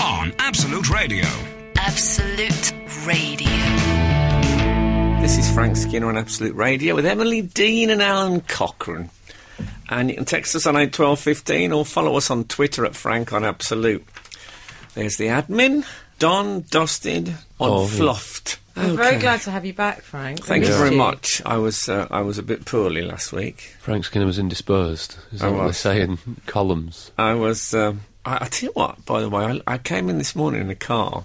on Absolute Radio. Absolute Radio. This is Frank Skinner on Absolute Radio with Emily Dean and Alan Cochrane. And you can text us on 81215 or follow us on Twitter at Frank on Absolute. There's the admin, Don Dusted on Oh, yeah. Fluffed. I'm very glad to have you back, Frank. Thank you Missed very much. I was uh, I was a bit poorly last week. Frank Skinner was indisposed, is I that what they was. say in columns. I was. Um, I, I tell you what, by the way, I, I came in this morning in a car,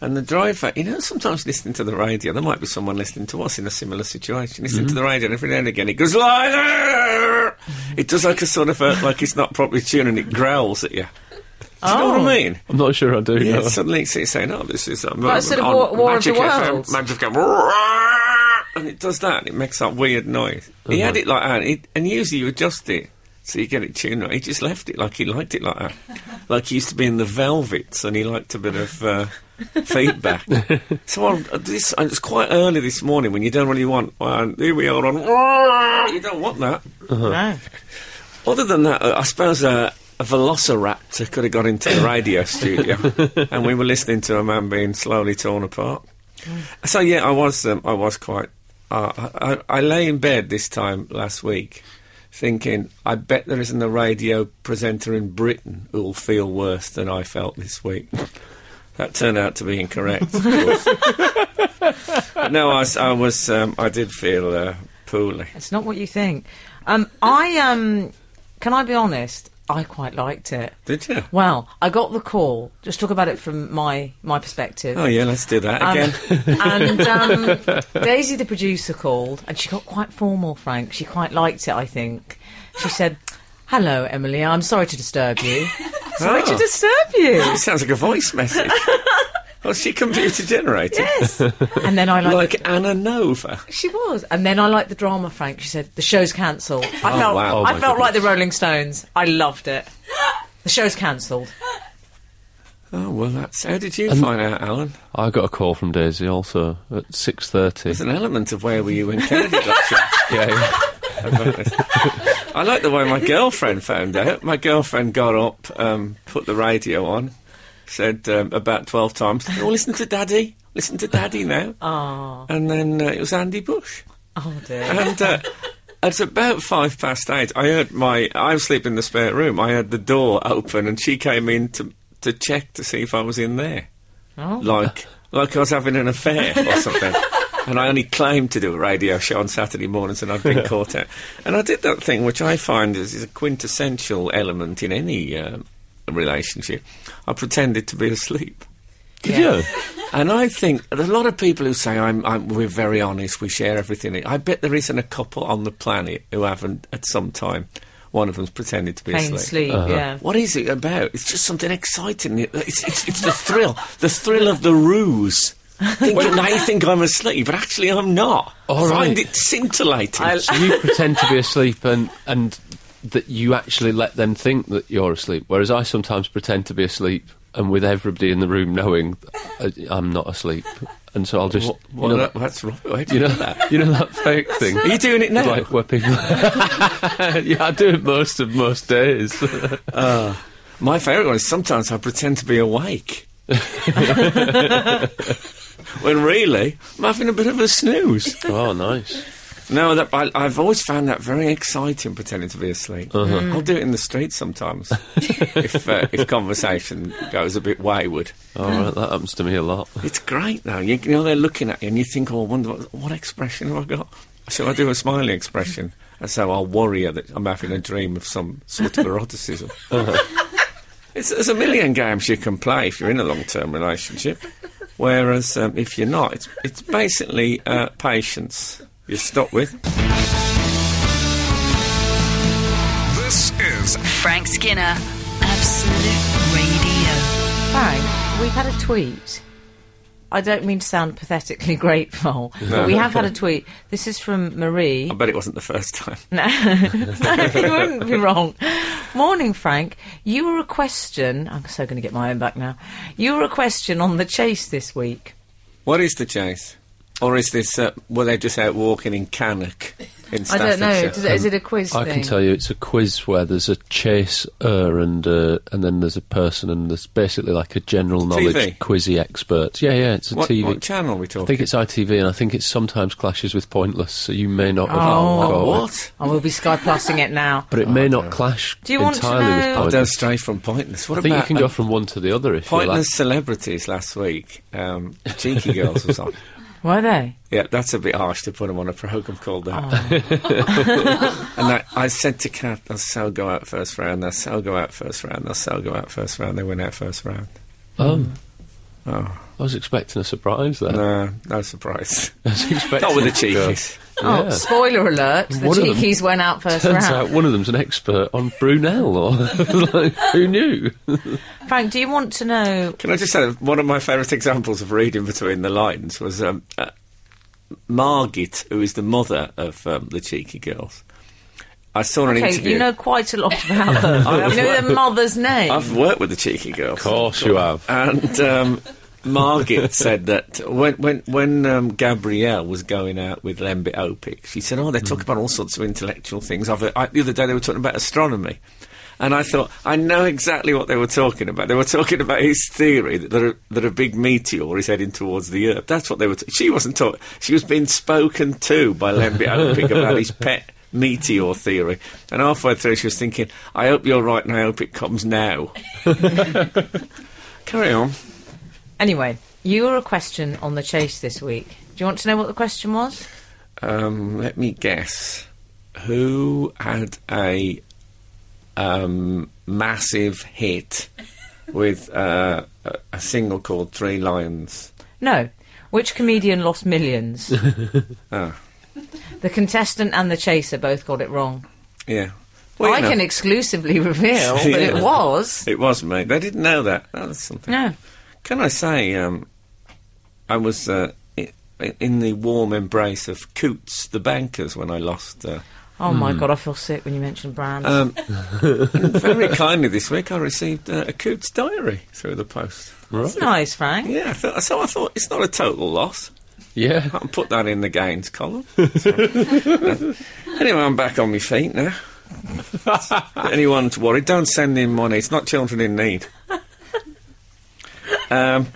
and the driver. You know, sometimes listening to the radio, there might be someone listening to us in a similar situation. Listening to the radio, and every now and again, it goes like, "Arr!" it does like a sort of a, like it's not properly tuned, and it growls at you. Do you know what I mean? I'm not sure I do. Yeah, no. suddenly it's, it's saying, "Oh, this is um, Like sort of on War- War of the Magic FM, Worlds. Magic FM, and it does that. And it makes that weird noise. He had it like that, and, it, and usually you adjust it so you get it tuned right. He just left it like he liked it like that, like he used to be in the Velvets, and he liked a bit of. Uh, feedback. so I, this, and it's quite early this morning when you don't really want. Well, here we are on. You don't want that. No. Other than that, uh, I suppose uh, a velociraptor could have got into the radio studio, and we were listening to a man being slowly torn apart. So yeah, I was, um, I was quite. Uh, I, I, I lay in bed this time last week, thinking, I bet there isn't a radio presenter in Britain who will feel worse than I felt this week. That turned out to be incorrect. of course. but no, I, was- I was, um, I did feel uh, poorly. It's not what you think. Um, I um, can I be honest? I quite liked it. Did you? Well, I got the call. Just talk about it from my my perspective. Oh yeah, let's do that again. and um, Daisy, the producer, called and she got quite formal, Frank. She quite liked it, I think. She said, Hello, Emily, I'm sorry to disturb you. sorry Oh. to disturb you. It sounds like a voice message. Was she computer generated? Yes. And then I liked Like Anna Nova. She was. And then I liked the drama, Frank. She said, The show's cancelled. I Oh, felt, wow. Oh, I my felt like the Rolling Stones. I loved it. The show's cancelled. Oh, well, that's. How did you find out, Alan? I got a call from Daisy also at six thirty. There's an element of where were you when Kennedy got shot. yeah, I like the way my girlfriend found out. My girlfriend got up, um, put the radio on, said um, about 12 times, Oh, listen to daddy. Listen to daddy now. Oh, And then uh, it was Andy Bush. oh dear. And uh, at about five past eight, I heard my. I was sleeping in the spare room. I heard the door open, and she came in to to check to see if I was in there. Oh. Like like I was having an affair or something. And I only claimed to do a radio show on Saturday mornings, and I'd been caught out. And I did that thing, which I find is, is a quintessential element in any um relationship. I pretended to be asleep. did Yeah. you? And I think there's a lot of people who say I'm, I'm, we're very honest, we share everything. I bet there isn't a couple on the planet who haven't, at some time, one of them's pretended to be Pain asleep. Uh, sleep, yeah. What is it about? It's just something exciting. It- It's, it's, it's the thrill, the thrill of the ruse. Thinking I think I'm asleep, but actually I'm not. All I find right. it scintillating. I- So you pretend to be asleep and and that you actually let them think that you're asleep, whereas I sometimes pretend to be asleep and with everybody in the room knowing that I, I'm not asleep, and so I'll just What- you what- know, that- that's right. Why do you know do that? that you know that fake thing. Are you doing it now? Like where people, yeah, I do it most of most days. My favourite one is sometimes I pretend to be awake. when really, I'm having a bit of a snooze. oh, nice. No, that, I, I've always found that very exciting, pretending to be asleep. I'll do it in the street sometimes if, uh, if conversation goes a bit wayward. All right, that happens to me a lot. It's great, though. You, you know, they're looking at you and you think, oh, I wonder what, what expression have I got? Shall I do a smiley expression? And so I'll worry her that I'm having a dream of some sort of eroticism. it's, there's a million games you can play if you're in a long term relationship. Whereas um, if you're not, it's, it's basically uh, patience you stop with. This is Frank Skinner. Absolute Radio. Frank, we've had a tweet. I don't mean to sound pathetically grateful, but we have had a tweet. This is from Marie. I bet it wasn't the first time. Mm. No, no, you wouldn't be wrong. Morning, Frank. You were a question. I'm so going to get my own back now. You were a question on the chase this week. What is the chase? Or is this, uh, were they just out walking in Cannock? in I don't know. Staffordshire? Does it, is it a quiz I thing? can tell you, it's a quiz where there's a chase er and uh, and then there's a person and there's basically like a general knowledge TV? quizzy expert. Yeah, yeah, it's a What, TV. what channel are we I talking? think it's ITV, and I think it sometimes clashes with Pointless, so you may not have Oh, caught it. what? I will be sky plusing it now. But it may not clash Do you want to entirely know- with Oh, I Pointless. don't stray from pointless. What I think you about can uh, go from one to the other if you like. pointless celebrities last week? Um, Cheeky Girls was on. Were they? Yeah, that's a bit harsh to put them on a program called that. Oh. and I, I said to Kat, they'll so go out first round, they'll so go out first round, they'll so go out first round. They went out first round. Um, Hmm. Oh. I was expecting a surprise there. No, no surprise. I was expecting Not with the it to go- cheekies. Oh, Yeah. spoiler alert! The One of them cheekies went out first Turns round. out one of them's an expert on Brunel, or like, who knew? Frank, do you want to know? Can I just say, one of my favourite examples of reading between the lines was um, uh, Margit, who is the mother of um, the Cheeky Girls. I saw an Okay, interview. you know quite a lot about them. you know their mother's name. I've worked with the Cheeky Girls. Of course you have. And um, Margit said that when when when um, Gabrielle was going out with Lembit Opik, she said, "Oh, they're Mm. talking about all sorts of intellectual things." I've, I, the other day they were talking about astronomy, and I thought I know exactly what they were talking about. They were talking about his theory that there, that a big meteor is heading towards the Earth. That's what they were. T- she wasn't talking. She was being spoken to by Lembit Opik about his pet. Meteor theory, and halfway through she was thinking, "I hope you're right, and I hope it comes now." Carry on. Anyway, you were a question on the chase this week. Do you want to know what the question was? Um, let me guess. Who had a um, massive hit with uh, a, a single called Three Lions? No. Which comedian lost millions? Ah. Oh. The contestant and the chaser both got it wrong. Yeah. I you know, can exclusively reveal that it Yeah. was. It was me. They didn't know that. Oh, That's something. No. Can I say, um, I was uh, i- i- in the warm embrace of Coots, the bankers, when I lost. Uh, Oh my Hmm. god, I feel sick when you mention brands. Uh, um, very kindly this week, I received uh, a Coots diary through the post. That's nice, Frank. Yeah, I thought, so I thought it's not a total loss. Yeah. I'll put that in the gains column. uh, anyway, I'm back on my feet now. Anyone's worried, don't send in money. It's not children in need. Um,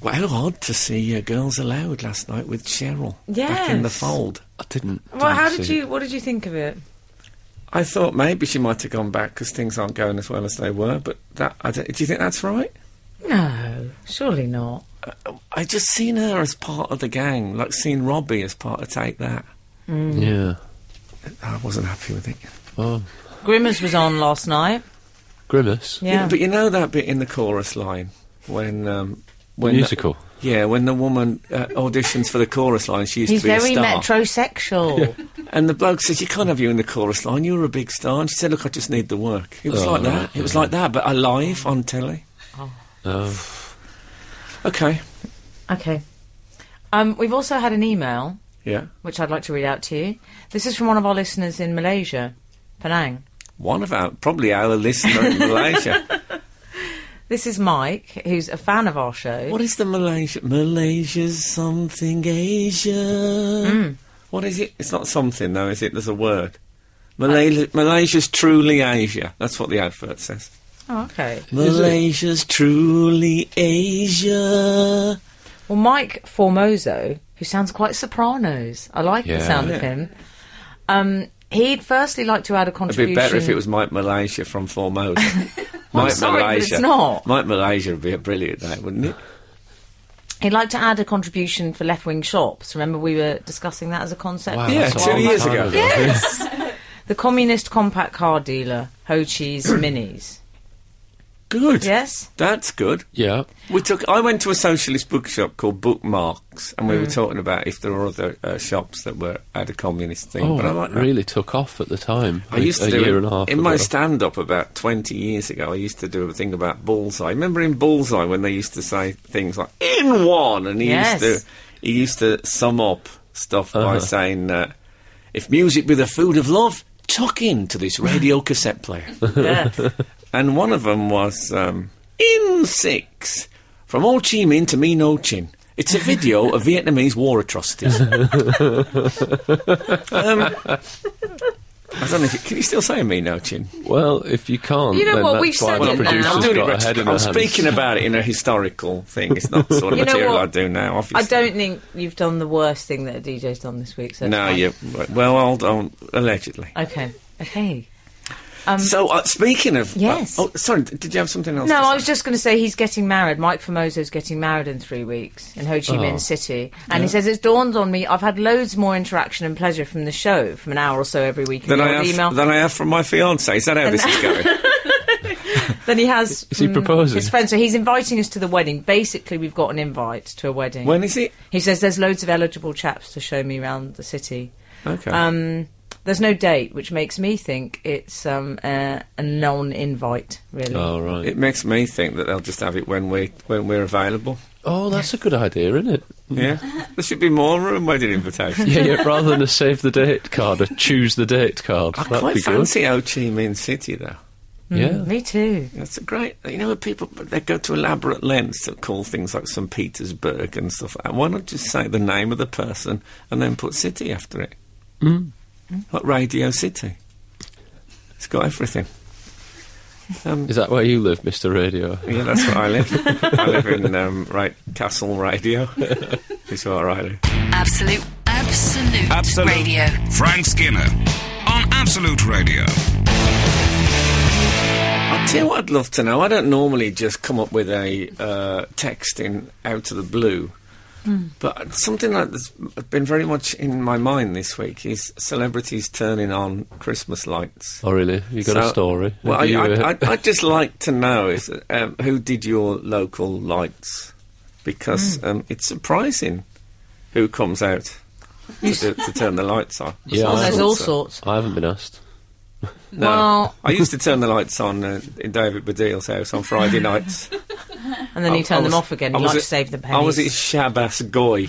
well, how odd to see uh, Girls Allowed last night with Cheryl back in the Yes. fold. I didn't. Well, didn't how did see you? What did you think of it? I thought maybe she might have gone back because things aren't going as well as they were, but that, I don't- do you think that's right? No, surely not. I just seen her as part of the gang, like seeing Robbie as part of Take That. it. Yeah. I wasn't happy with it. Oh, Grimmers was on last night. Grimace. Yeah, But you know that bit in the chorus line when um, when the- Musical. yeah, when the woman uh, auditions for the chorus line, she used he's to be a very star. metrosexual. and the bloke says, "You can't have you in the chorus line. You're a big star." And she said, "Look, I just need the work." It was Oh, like that. right, It was yeah. like that, but alive on telly. Oh. Okay. okay. Um, we've also had an email Yeah. which I'd like to read out to you. This is from one of our listeners in Malaysia, Penang. One of our probably our listener in Malaysia. This is Mike, who's a fan of our show. What is the Malaysia? Malaysia's something Asia. Mm. What is it? It's not something though, is it? There's a word. Malay- Malaysia's truly Asia. That's what the advert says. Oh, okay. Malaysia's truly Asia. Well, Mike Formoso, who sounds quite Sopranos. I like the Yeah. sound of him. Um, he'd firstly like to add a It'd be contribution. better if it was Mike Malaysia from Formosa. Mike sorry, but it's not. Mike Malaysia would be a brilliant name, wouldn't it? He'd like to add a contribution for left wing shops. Remember, we were discussing that as a concept. Wow, Yeah, that's a two long years time ago. The communist compact car dealer, Ho Chi's Minis. Good. Yes? That's good. Yeah. We took. I went to a socialist bookshop called Bookmarks, and we were talking about if there were other uh, shops that were had a communist thing. Oh, but I that like that. really took off at the time. I used to a do year it- and a half in my ago. stand up about 20 years ago. I used to do a thing about bullseye. Remember in bullseye when they used to say things like in one, and he Yes. used to he used to sum up stuff by Uh-huh. saying, uh, "If music be the food of love, tuck in to this radio cassette player." Yeah. and one of them was um, in six from Ho Chi Minh to Me No Chin. It's a video of Vietnamese war atrocities. um, I don't know if you, can you still say me now, Chin? Well, if you can't, You know then what, that's we've why said the it now. producer's I'm doing got it a head in retro- I'm her hands. speaking about it in a historical thing. It's not the sort of You know material what? I do now, I obviously. don't think you've done the worst thing that a DJ's done this week. So it's No, fine. you. Well, I'll don't. Allegedly. Okay. Okay. So, uh, speaking of. uh, Um, Yes. oh, sorry, d- did you have something else? No, to I say? was just going to say he's getting married. Mike Formoso's getting married in three weeks in Ho Chi Minh Oh. City. And he says, It's dawned on me, I've had loads more interaction and pleasure from the show, from an hour or so every week in Than the I, old have, email, than I have from my fiance. Is that how this is going? than he has Is he from proposing? his friend. So he's inviting us to the wedding. Basically, we've got an invite to a wedding. when is it? He says, There's loads of eligible chaps to show me round the city. Okay. Um, there's no date, which makes me think it's um, uh, a non-invite, really. Oh right. it makes me think that they'll just have it when we when we're available. oh, that's a good idea, isn't it? Yeah, there should be more room wedding invitations. Yeah, yeah. Rather than a save the date card, a choose the date card. I That'd quite be fancy Ho Chi Minh City though. good. Yeah. Mm, Me too. That's a great. You know, people they go to elaborate lengths to call things like St Petersburg and stuff. like that. Why not just say the name of the person and then put city after it? Mm. Like Radio City. It's got everything. Um, Is that where you live, Mr. Radio? yeah, that's where I live. I live in um, right Castle Radio. It's where I live. Absolute, absolute, Absolute. radio. Frank Skinner on Absolute Radio. I'll tell you what I'd love to know. I don't normally just come up with a uh, text in out of the blue, Hmm. but something like that's been very much in my mind this week is celebrities turning on Christmas lights. Oh, really? You got a So- story? Well, I, Have you, uh, I, I'd, I'd just like to know is, um, who did your local lights because Hmm. um, it's surprising who comes out to, do, to turn the lights on. Yeah, Well, I there's thought all Oh, so. sorts. I haven't been asked. No. Well- I used to turn the lights on uh, in David Baddiel's house on Friday nights. And then I- you I turn them was- off again. I You was like to a- save the pennies. I was at Shabbos Goy.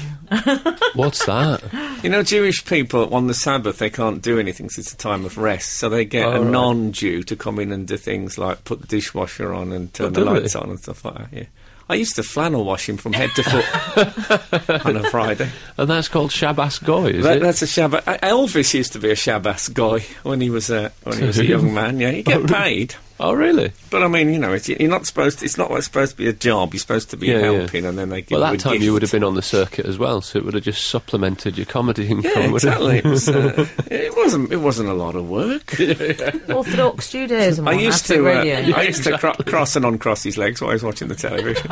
What's that? You know, Jewish people on the Sabbath they can't do anything 'cause it's a time of rest, so they get Oh, a right. non-Jew to come in and do things like put the dishwasher on and turn Oh, the do they? lights on and stuff like that. Yeah. I used to flannel wash him from head to foot on a Friday. And that's called Shabbos Goy, is That, it? that's a Shabbos. uh, Elvis used to be a Shabbos guy when he was a when he was a young man. Yeah, he get paid. Oh, really? But I mean, you know, it's, you're not supposed. it's not like it's supposed to be a job. You're supposed to be Yeah, yeah. helping, and then they give Well, you that a time gift. you would have been on the circuit as well, so it would have just supplemented your comedy income. Yeah, would it? exactly. It, was, uh, it wasn't. It wasn't a lot of work. Orthodox Judaism. I on used Absolute to. Uh, Radio. I used to cro- cross and uncross his legs while I was watching the television.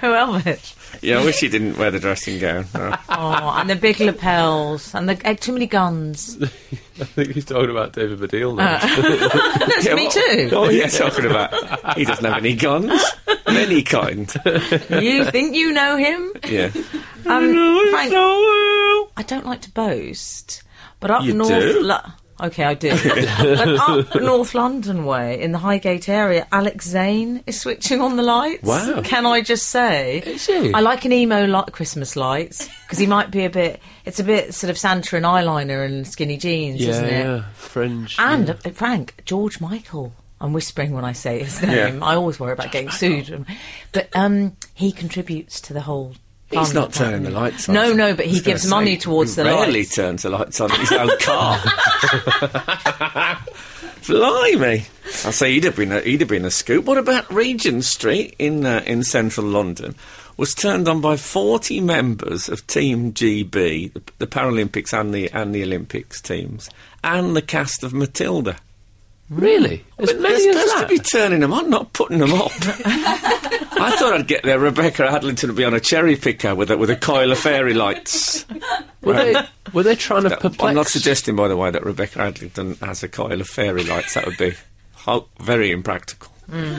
Who else? yeah, I wish he didn't wear the dressing gown. No. Oh, and the big lapels and the uh, too many guns. I think he's talking about David Baddiel. Now. Ah, That's Yeah, me what- too. What Oh, were you talking about? He doesn't have any guns of any kind. you think you know him? Yeah. Um, Frank, well. I don't like to boast, but up You north. do? Lo- okay, I do. but up North London way, in the Highgate area, Alex Zane is switching on the lights. Wow. Can I just say? Is he? I like an emo like Christmas lights because he might be a bit. It's a bit sort of Santa and eyeliner and skinny jeans, yeah, isn't it? yeah, fringe. And yeah. uh, Frank George Michael. I'm whispering when I say his name. Yeah. I always worry about getting sued, but um, he contributes to the whole. He's fund not of that. turning the lights on. No, no, but I was he gonna gives say, money towards he the rarely lights. turns the lights on in his own car. Blimey! I say he'd have been a, he'd have been a scoop. What about Regent Street in uh, in central London? Was turned on by forty members of Team GB, the, the Paralympics and the and the Olympics teams, and the cast of Matilda. really, as But many they're as supposed that. to be turning them on, not putting them up. I thought I'd get there. Rebecca Adlington would be on a cherry picker with a, with a coil of fairy lights. were, they, were they trying to perplex? I'm not suggesting, by the way, that Rebecca Adlington has a coil of fairy lights. That would be ho- very impractical.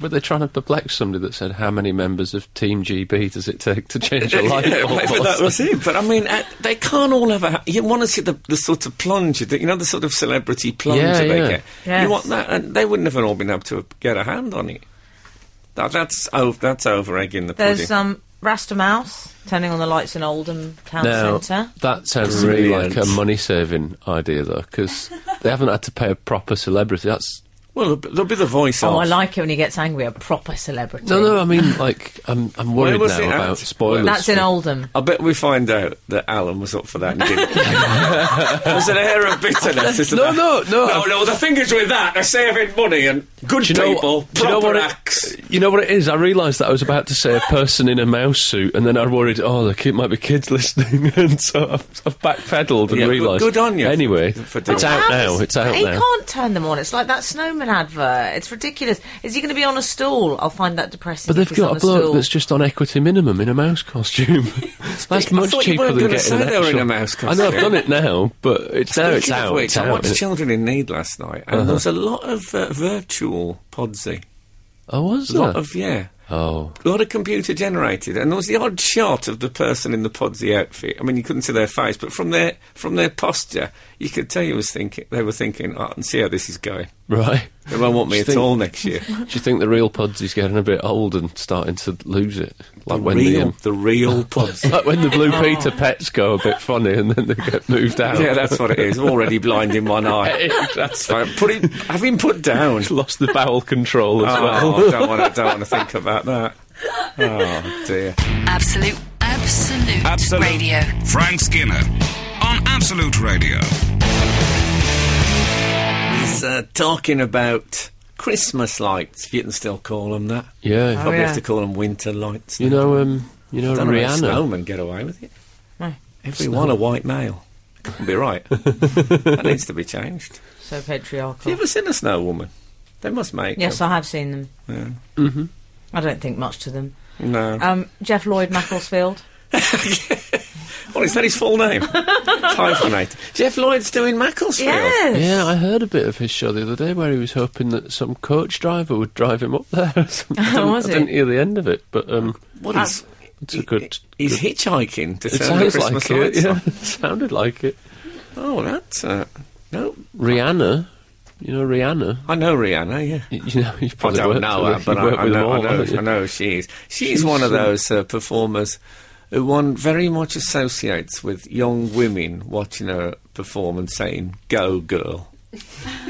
Were they trying to perplex somebody that said, "How many members of Team GB does it take to change a light Yeah, bulb?" maybe or that was something? it. But I mean, uh, they can't all have. A, you want to see the, the sort of plunge, that- you know, the sort of celebrity plunge Yeah, that they yeah. get. Yes. You want that, and they wouldn't have all been able to get a hand on it. That, that's over. That's over egging the pudding. There's um, Rasta Mouse turning on the lights in Oldham Town Now, Centre. that sounds really like Brilliant. a money saving idea, though, because they haven't had to pay a proper celebrity. That's Well, there'll be- there'll be the voice Oh, of. I like it when he gets angry. A proper celebrity. No, no, I mean, like, I'm, I'm worried was now it at? about spoilers. That's in Oldham. I bet we find out that Alan was up for that and didn't. There's an air of bitterness. isn't No, there? no, no. No, no, the fingers with that are saving money and good Do you know, people, do you know proper what acts. it, you know what it is? I realised that I was about to say a person in a mouse suit, and then I worried, oh, the kid might be kids listening, and so I've, I've backpedaled and Yeah, but realised. good on you for- Anyway, for doing it's that. out How now. does- It's out He now. can't turn them on. It's like that snowman advert. It's ridiculous. Is he going to be on a stool? I'll find that depressing. But if they've he's on got a bloke stool. that's just on equity minimum in a mouse costume. that's much thought you cheaper weren't than gonna getting say an they were in actual- a mouse I know I've costume. done it now, but it's now it's Speaking of out. which, it's I out, Uh-huh. watched isn't it? Children in Need last night, and there was a lot of uh, virtual Podsy. Oh, was A lot there? of, yeah. oh, A lot of computer generated, and there was the odd shot of the person in the Podsy outfit. I mean, you couldn't see their face, but from their from their posture, you could tell you was thinking they were thinking, "Oh, I can see how this is going. right. They won't want me Do at you think- all next year." Do you think the real Pods is getting a bit old and starting to lose it? Like when the real, um, the real Podsy. like when the Blue Peter pets go a bit funny and then they get moved out. yeah, that's what it is. Already blind in one eye. that's So put him, have him put down. lost the bowel control as well. Oh, don't want to, don't want to think about that. Oh dear. Absolute, absolute, Absolute. radio. Frank Skinner on Absolute Radio. He's uh, talking about Christmas lights, if you can still call them that. Yeah, Oh, Probably yeah. have to call them winter lights. you know, um, you know, Don't know how Rihanna. snowmen get away with it. No. Everyone a white male. Couldn't be right. that needs to be changed. Have so you patriarchal. ever seen a snow woman? They must make. Yes, them. I have seen them. Mm-hmm. I don't think much to them. no. Um, Jeff Lloyd Macclesfield. well, is that his full name? Hyphenate. Jeff Lloyd's doing Macclesfield. yes. Yeah, I heard a bit of his show the other day where he was hoping that some coach driver would drive him up there. I didn't, Was I it? didn't hear the end of it, but um, What is? it's a good. He's hitchhiking to It turn the sounds Christmas like lights it. on. Yeah, it sounded like it. Oh, that's uh, no. Rihanna, you know Rihanna. I know Rihanna. Yeah. You, you know, you've I probably don't worked know with, her, but you've I, worked I, with them know, I, all, know, haven't you? I know she is. She's She's, one of uh, those uh, performers who one very much associates with young women watching her perform and saying, Go, girl.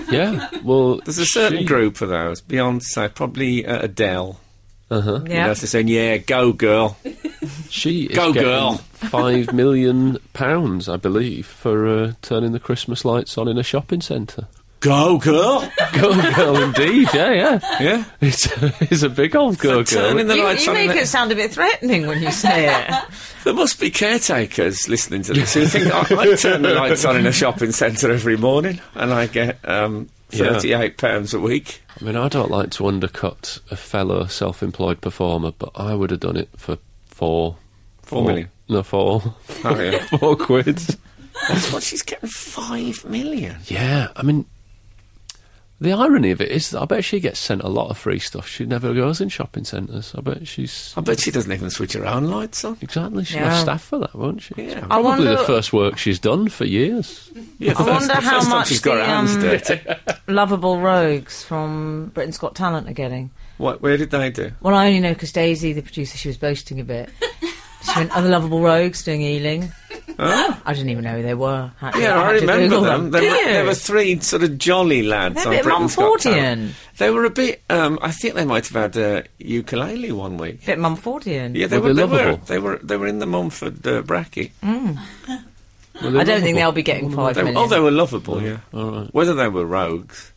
Yeah, well, There's a certain she- group of those. Beyonce, probably uh, Adele. You know, Yeah. they're saying, Yeah, go, girl. She is Go, getting girl. five million pounds, I believe, for uh, turning the Christmas lights on in a shopping centre. Go, girl. Go girl, indeed. Yeah, yeah. Yeah. It's a, it's a big old go Turning girl. the You, lights you on. make there- it sound a bit threatening when you say it. There must be caretakers listening to this who think I, I turn the lights on in a shopping centre every morning and I get um, Yeah. £38 pounds a week. I mean, I don't like to undercut a fellow self-employed performer, but I would have done it for four, Oh. Four million. no four, Oh, yeah. four quid. That's what she's getting five million. Yeah, I mean, the irony of it is, that I bet she gets sent a lot of free stuff. She never goes in shopping centres. I bet she's I bet she doesn't even switch her own lights on. Exactly. She'll Yeah. have staff for that, won't she? It's Yeah. I probably wonder- the first work she's done for years. Yeah, I wonder the how first time much she's got her the, hands um, dirty. Lovable rogues from Britain's Got Talent are getting. What, where did they do? Well, I only know because Daisy, the producer, she was boasting a bit. She went, "Other lovable rogues doing Ealing." I didn't even know who they were. Had to- Yeah, I had to remember Google them. They Do were, you? there were three sort of jolly lads They're a on bit Britain's Got Mumfordian. Talent. They were a bit. Um, I think they might have had a ukulele one week. bit Mumfordian. Yeah, they Were were. they They were, lovable? they were. They were in the Mumford uh, bracket. I don't think they'll be getting five They were- million. oh, they were lovable. Yeah. Mm. All right. Whether they were rogues,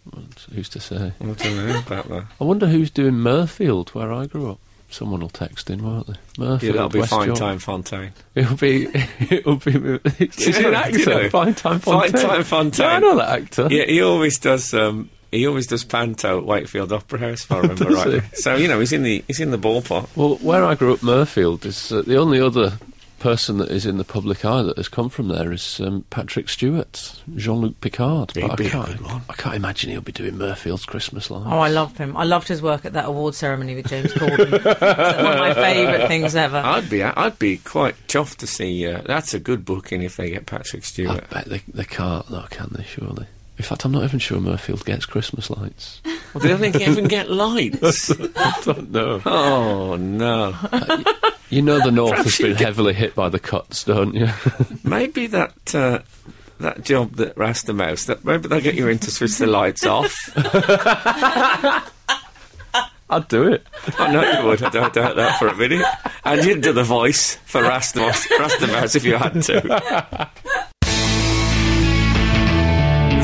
Who's to say? I don't know about that. I wonder who's doing Murfield, where I grew up. Someone will text in, won't they? Murfield, Yeah, that'll be West fine York. time Fontaine. It'll be. It'll be. It's, You know an that, actor. you know? Fine time Fontaine. Fine Time Fontaine. Yeah, I know that actor. Yeah, he always does. Um, he always does panto at Wakefield Opera House, if I remember Does rightly. he? So you know he's in the he's in the ballpark. Well, where I grew up, Murfield is uh, the only other person that is in the public eye that has come from there is um, Patrick Stewart, Jean-Luc Picard. He'd but be a I can't, good one. I can't imagine he'll be doing Murfield's Christmas lights. Oh, I love him. I loved his work at that award ceremony with James Corden. It's one of my favourite things ever. I'd be I'd be quite chuffed to see. Uh, that's a good booking if they get Patrick I Stewart. bet they, they can't, though, can they, surely? In fact, I'm not even sure Murfield gets Christmas lights. Well, they don't think even get lights. I don't know. oh no! You know the North Perhaps has been you get- heavily hit by the cuts, don't you? Maybe that uh, that job that Rasta Mouse, that maybe they'll get you in to switch the lights off. I'd do it. I know you would. I don't doubt that for a minute. And you'd do the voice for Rasta Mouse, Rasta Mouse if you had to.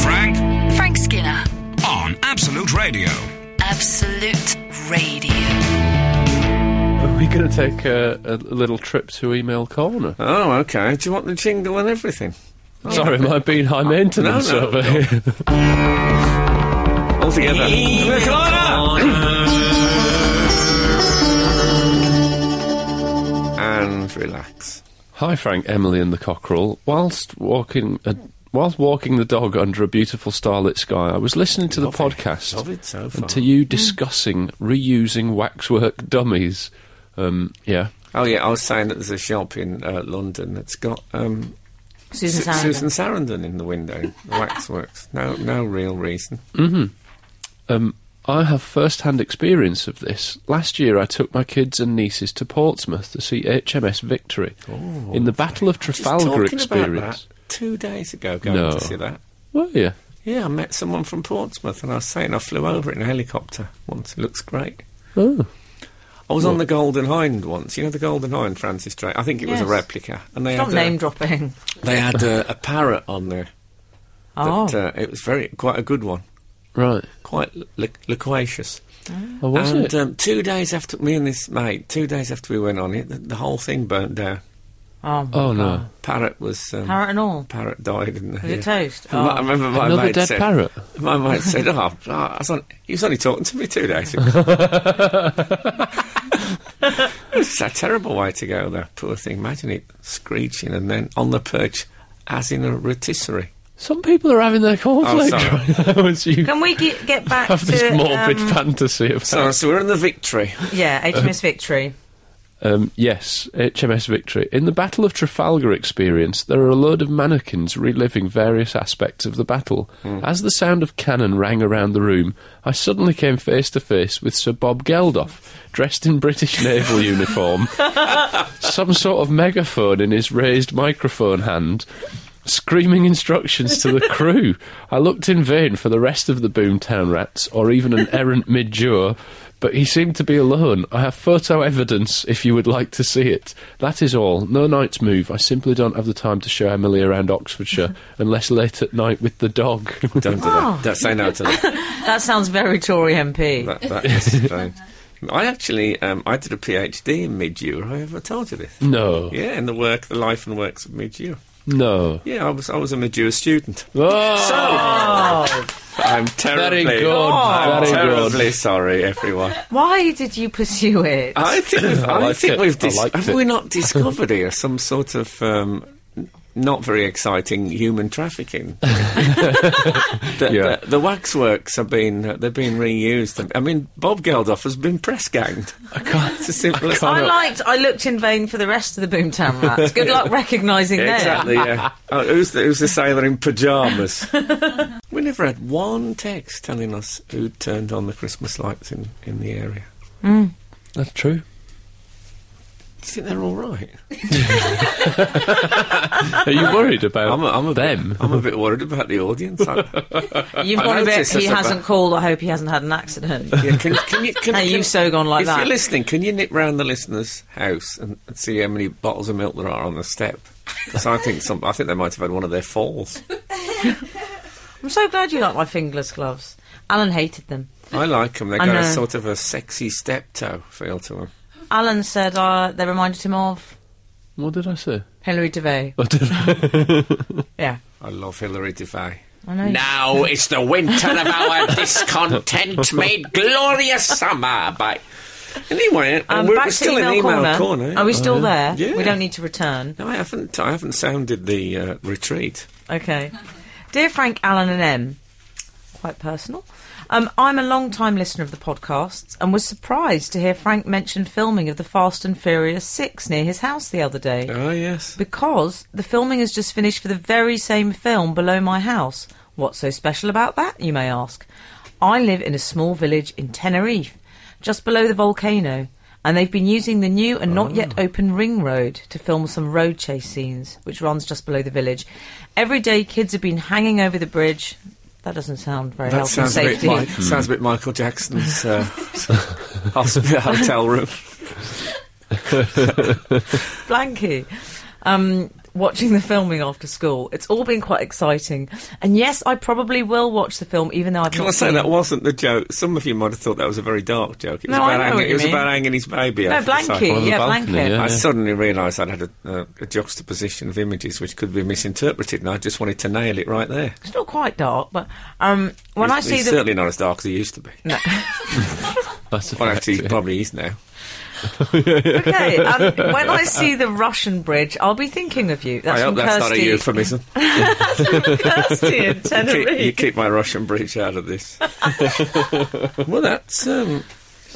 Frank Frank Skinner. on Absolute Radio. Absolute Radio. Are we going to take a, a little trip to email corner? Oh, okay. Do you want the jingle and everything? Sorry, am I being high maintenance No, no, over here? All together. and relax. Hi, Frank, Emily, and the cockerel. Whilst walking, uh, whilst walking the dog under a beautiful starlit sky, I was listening to the podcast Love it so far. and to you discussing reusing waxwork dummies. Um, yeah, Oh yeah, I was saying that there's a shop in uh, London that's got um, Susan Su- Sarandon. Susan Sarandon in the window, the waxworks. No, no real reason. Um, I have first hand experience of this. Last year, I took my kids and nieces to Portsmouth to see HMS Victory Oh, in the Battle of Just Trafalgar talking About experience. that two days ago, going No. to see that. Were you? Yeah, I met someone from Portsmouth, and I was saying I flew over in a helicopter once. It looks great. Oh. I was on the Golden Hind once. You know the Golden Hind, Francis Drake. I think it was Yes. a replica, and they Stop had a- name dropping. they had a, a parrot on there. Oh, That, uh, it was very quite a good one, Right. quite lo- loquacious. Oh, was and it? Um, two days after me and this mate, two days after we went on it, the, the whole thing burnt down. uh, oh, my oh, God. no. Parrot was um, Parrot and all. parrot died in the Was it yeah. toast? And my- I Oh. remember my Another mate dead said, parrot. My mate said, "Oh, oh, I was on, he was only talking to me two days ago." it's a terrible way to go, though. Poor thing. Imagine it screeching and then on the perch, as in a rotisserie. Some people are having their cornflakes Oh, sorry. right now as you Can we get, get back have to this morbid um, fantasy of So, so we're in the victory. yeah HMS Victory? Um, yes, HMS Victory. In the Battle of Trafalgar experience, there are a load of mannequins reliving various aspects of the battle. As the sound of cannon rang around the room, I suddenly came face to face with Sir Bob Geldof, dressed in British naval uniform, some sort of megaphone in his raised microphone hand. Screaming instructions to the crew. I looked in vain for the rest of the Boomtown rats or even an errant midjure, but he seemed to be alone. I have photo evidence if you would like to see it. That is all. No night's move. I simply don't have the time to show Emily around Oxfordshire unless late at night with the dog. Don't do Oh. that. Don't say no to that. That sounds very Tory MP. That, that is strange. I actually, um, I did a PhD in mid-year. Have I ever told you this? no. Yeah, in the work, the life and works of mid-year. No. Yeah, I was, I was a mid-year student. Oh, I'm terribly, very good. I'm very good. terribly sorry, everyone. Why did you pursue it? I think we've, I I liked think it. we've I dis- liked have it. we not discovered here some sort of um, n- not very exciting human trafficking? the, Yeah. the, the waxworks have been uh, they've been reused. I mean, Bob Geldof has been press ganged. I can't. It's as simple as I liked. I looked in vain for the rest of the Boomtown Rats. Good luck recognising Yeah, them. exactly. Yeah. Oh, who's, the, who's the sailor in pajamas? we never had one text telling us who turned on the Christmas lights in, in the area. that's true. Do you think they're all right? Are you worried Uh, about I'm a, I'm a them? Bit, I'm a bit worried about the audience. I, You've I gone a bit. noticed He that's hasn't about- called. I hope he hasn't had an accident. yeah, can, can you, can, Hey, can- you've so gone like if that. you're listening, can you nip round the listener's house and, and see how many bottles of milk there are on the step? Because I think some, I think they might have had one of their falls. I'm so glad you like my fingerless gloves. Alan hated them. I like them. They I got a know. sort of a sexy step toe feel to them. Alan said uh, they reminded him of What did I say? Hilary Devey. I don't know. Yeah, I love Hilary Devay. I know. Now is the winter of our discontent made glorious summer by. Anyway, and Um, we're, back we're to still in email corner. Oh, Are we still there? Yeah. We don't need to return. No, I haven't. I haven't sounded the uh, retreat. Okay. Dear Frank, Alan, and Em, quite personal. Um, I'm a long time listener of the podcasts and was surprised to hear Frank mention filming of the Fast and Furious 6 near his house the other day. Oh yes. Because the filming has just finished for the very same film below my house. What's so special about that, you may ask? I live in a small village in Tenerife, just below the volcano, and they've been using the new and not Oh. yet open ring road to film some road chase scenes, which runs just below the village. Every day, kids have been hanging over the bridge. That doesn't sound very That health and sounds a bit safety. Hmm. like, sounds a bit Michael Jackson's uh, hospital hotel room. Blanky. Um, watching the filming after school. It's all been quite exciting. And yes, I probably will watch the film, even though I've Can not I say seen that it. wasn't the joke? Some of you might have thought that was a very dark joke. It was No, I about know hanging, what you it was mean. about hanging his baby. No, over the side. Blanky. on the Yeah, balcony, blanket. yeah. I suddenly realised I'd had a, uh, a juxtaposition of images which could be misinterpreted, and I just wanted to nail it right there. It's not quite dark, but um, when I He's- see he's the certainly not as dark as he used to be. That's a Well, fact, actually, he yeah. probably is now. okay, um, when I see the Russian bridge, I'll be thinking of you. That's I hope from that's not a Kirsty. euphemism. Kirsty in keep, you Tenerife. keep my Russian bridge out of this. well, that's um,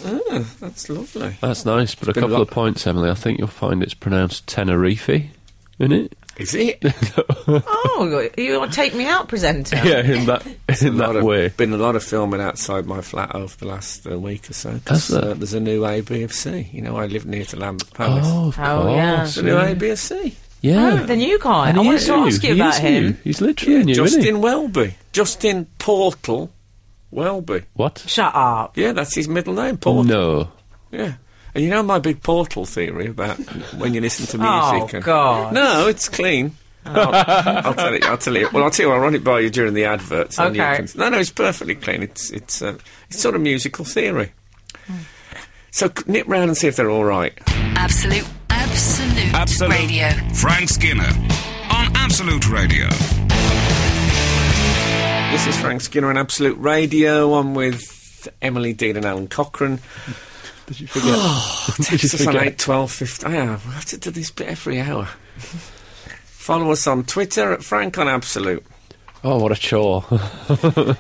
oh, that's lovely. That's nice, but a been a couple lot- of points, Emily. I think you'll find it's pronounced Tenerife, isn't it? Is it? Oh, you want to take me out, presenter? Yeah, in that in lot that of- way. Been a lot of filming outside my flat over the last uh, week or so. 'cause, Has there? uh, there's a new ABFC. You know, I live near to Lambeth Palace. Oh, of Oh, yeah. course. The new ABFC. Yeah. Oh, the new guy. And I he wanted is to new. ask you He about is him. new. He's literally new, Justin isn't he? Welby. Justin Portal Welby. What? Shut up. Yeah, that's his middle name, Portal. No. Yeah. And you know my big portal theory about when you listen to Oh, music. and- God. No, it's clean. I'll, I'll tell you. I'll tell you. Well, I'll tell you. I'll run it by you during the adverts. and you Okay. can- no, no, it's perfectly clean. It's it's uh, it's sort of musical theory. So c- nip round and see if they're all right. Absolute, absolute, Absolute. radio. Frank Skinner on Absolute Radio. This is Frank Skinner on Absolute Radio. I'm with Emily Dean and Alan Cochrane. Did you forget? Did you It's on forget? 8, 12, 15. I have I have to do this bit every hour. Follow us on Twitter at Frank on Absolute. Oh, what a chore.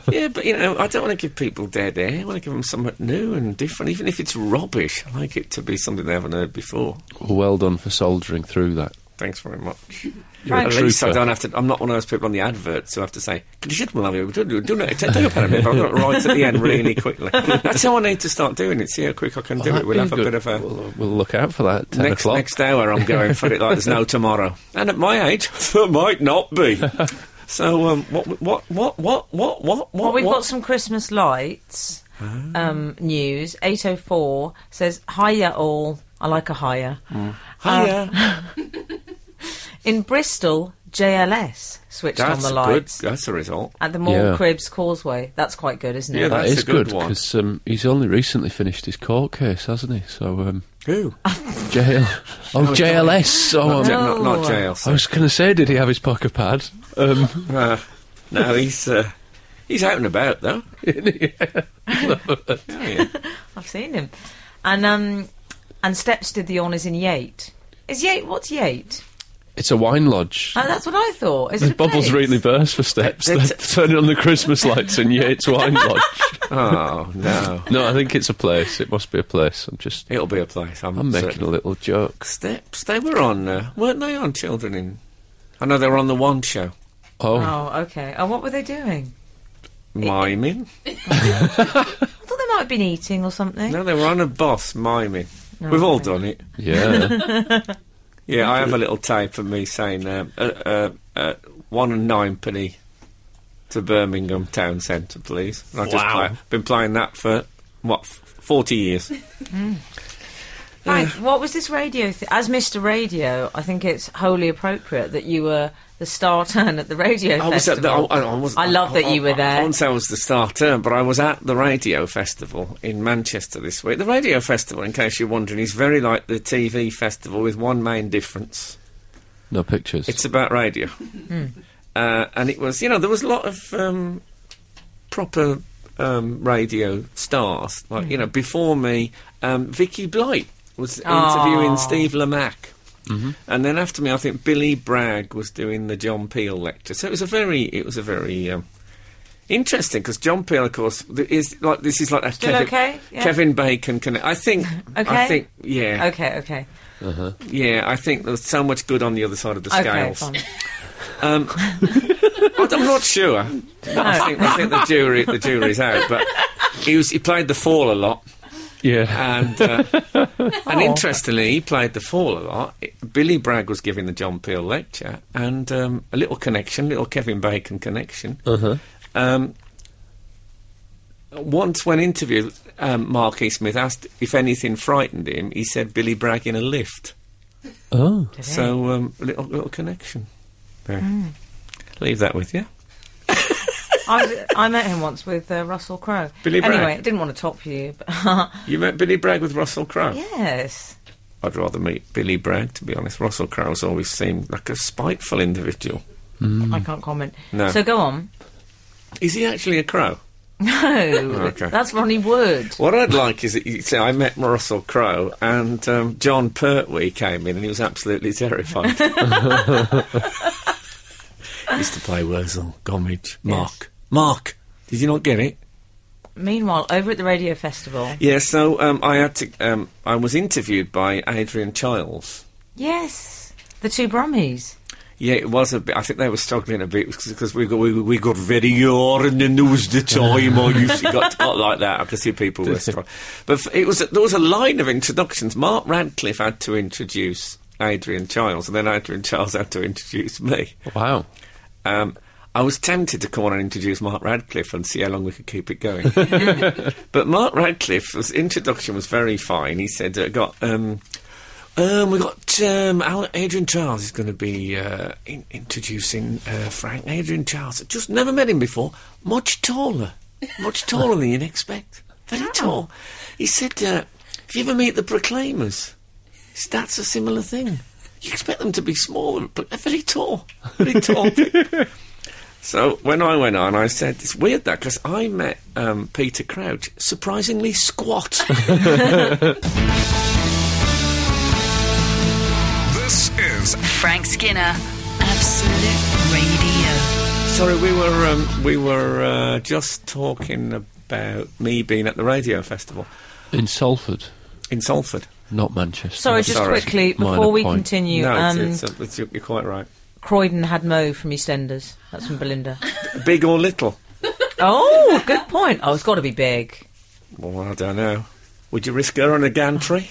Yeah, but you know, I don't want to give people dead air. I want to give them something new and different, even if it's rubbish. I like it to be something they haven't heard before. well done for soldiering through that. Thanks very much. You're a At least I trooper. don't have to. I'm not one of those people on the adverts who have to say, "Could you just love you? Do do- do not take take a pen and paper." I've got it right at the end really quickly. That's how I need to start doing it. See how quick I can do it. That'd We'll be have a good- bit of a. We'll, we'll look out for that. 10 Next, o'clock. next hour, I'm going for it like there's no tomorrow. And at my age, there might not be. So, um, what, what, what, what, what, what, Well, what? we've what? Ah. got some Christmas lights um, news. 804 says, Hiya all. I like a higher. Mm. Hiya. In Bristol, JLS switched on That's the good. lights That's a result. at the Mall Yeah. Cribs Causeway. That's quite good, isn't it? Yeah, That That's is a good good one. because um, he's only recently finished his court case, hasn't he? So um, Who? jail. Oh, it's JLS. Oh, Not, not, um, not No. jail. I was going to say, did he have his pocket pad? Um, Uh, no, he's uh, he's out and about though. Yeah, yeah. I've seen him. And um and Steps did the honours in Yate. Is Yate what's Yate? it's a wine lodge. Oh, that's what I thought. Is it The a bubbles place? really burst for steps. They're It's- turning on the Christmas lights in Yates Wine Lodge. Oh no, No, I think it's a place. It must be a place. I'm just. it'll be a place. I'm, I'm making certain. a little joke. steps. They were on, uh, weren't they? On Children in. I know they were on the One Show. Oh, Oh, okay. Oh, what were they doing? Miming. I thought they might have been eating or something. No, they were on a boss miming. We've all done it. yeah. Yeah, I have a little tape of me saying uh, uh, uh, uh, one and ninepenny to Birmingham town centre, please. And I just Wow. play, been playing that for what f- forty years. Frank, what was this radio thing? As Mr. Radio, I think it's wholly appropriate that you were the star turn at the radio I was at the, I, festival. I was, I love that you were I, there. won't say I was the starter, but I was at the radio festival in Manchester this week. The radio festival, in case you're wondering, is very like the TV festival with one main difference. No pictures. It's about radio, Hmm. uh, and it was you know there was a lot of um, proper um, radio stars like Hmm. you know before me, um, Vicky Blight was interviewing Steve Lamack. And then after me, I think Billy Bragg was doing the John Peel lecture. So it was a very, it was a very um, interesting because John Peel, of course, th- is like this is like a Still Kevin, okay? Yeah. Kevin Bacon. Can I think? I Okay. think yeah, Okay, okay. yeah. I think there's so much good on the other side of the Okay, scales. fine. Um, I d- I'm not sure. I, think, I think the jury the jury's out, but he was he played the fall a lot. Yeah. And, uh, and interestingly, he played the fool a lot. It- Billy Bragg was giving the John Peel lecture, and um, a little connection, little Kevin Bacon connection. Um, once, when interviewed, um, Mark E. Smith asked if anything frightened him. He said Billy Bragg in a lift. uh, Oh. So, um, a little, little connection. There. Leave that with you. I, was- I met him once with uh, Russell Crowe. Billy Bragg. Anyway, I didn't want to top you, but You met Billy Bragg with Russell Crowe. yes. I'd rather meet Billy Bragg, to be honest. Russell Crowe's always seemed like a spiteful individual. I can't comment. No. So go on. Is he actually a crow? No, Oh, Okay. that's Ronnie Wood. What I'd like is that you say I met Russell Crowe and um, John Pertwee came in and he was absolutely terrified. used to play Wurzel, Gomage, Mark. Mark! Did you not get it? Meanwhile, over at the radio festival. Yeah, so um, I had to. Um, I was interviewed by Adrian Childs. Yes, the two Brummies. Yeah, it was a bit. I think they were struggling a bit because we got we, we got very old, and then there was the time I used to got, got like that. I could see people were struggling, but f- it was there was a line of introductions. Mark Radcliffe had to introduce Adrian Charles, and then Adrian Charles had to introduce me. Wow. Um, I was tempted to come on and introduce Mark Radcliffe and see how long we could keep it going. but Mark Radcliffe's introduction was very fine. He said, uh, "Got um, um, we got um, Al- Adrian Charles is going to be uh, in- introducing uh, Frank. Adrian Charles, just never met him before. Much taller, much taller than you'd expect. Very tall." He said, uh, "If you ever meet the Proclaimers, s- that's a similar thing." You expect them to be smaller, but they're very tall. Very tall. So when I went on, I said, "It's weird that because I met um, Peter Crouch surprisingly squat." This is Frank Skinner. Absolute Radio. Sorry, we were um, we were uh, just talking about me being at the radio festival In Salford, in Salford. not Manchester. Sorry, just Sorry. quickly Minor before we point. continue, no, um, it's, uh, it's, it's, you're quite right. Croydon had Mo from EastEnders. That's from Belinda. Big or little? oh, good point. Oh, it's got to be big. Well, I don't know. Would you risk her on a gantry?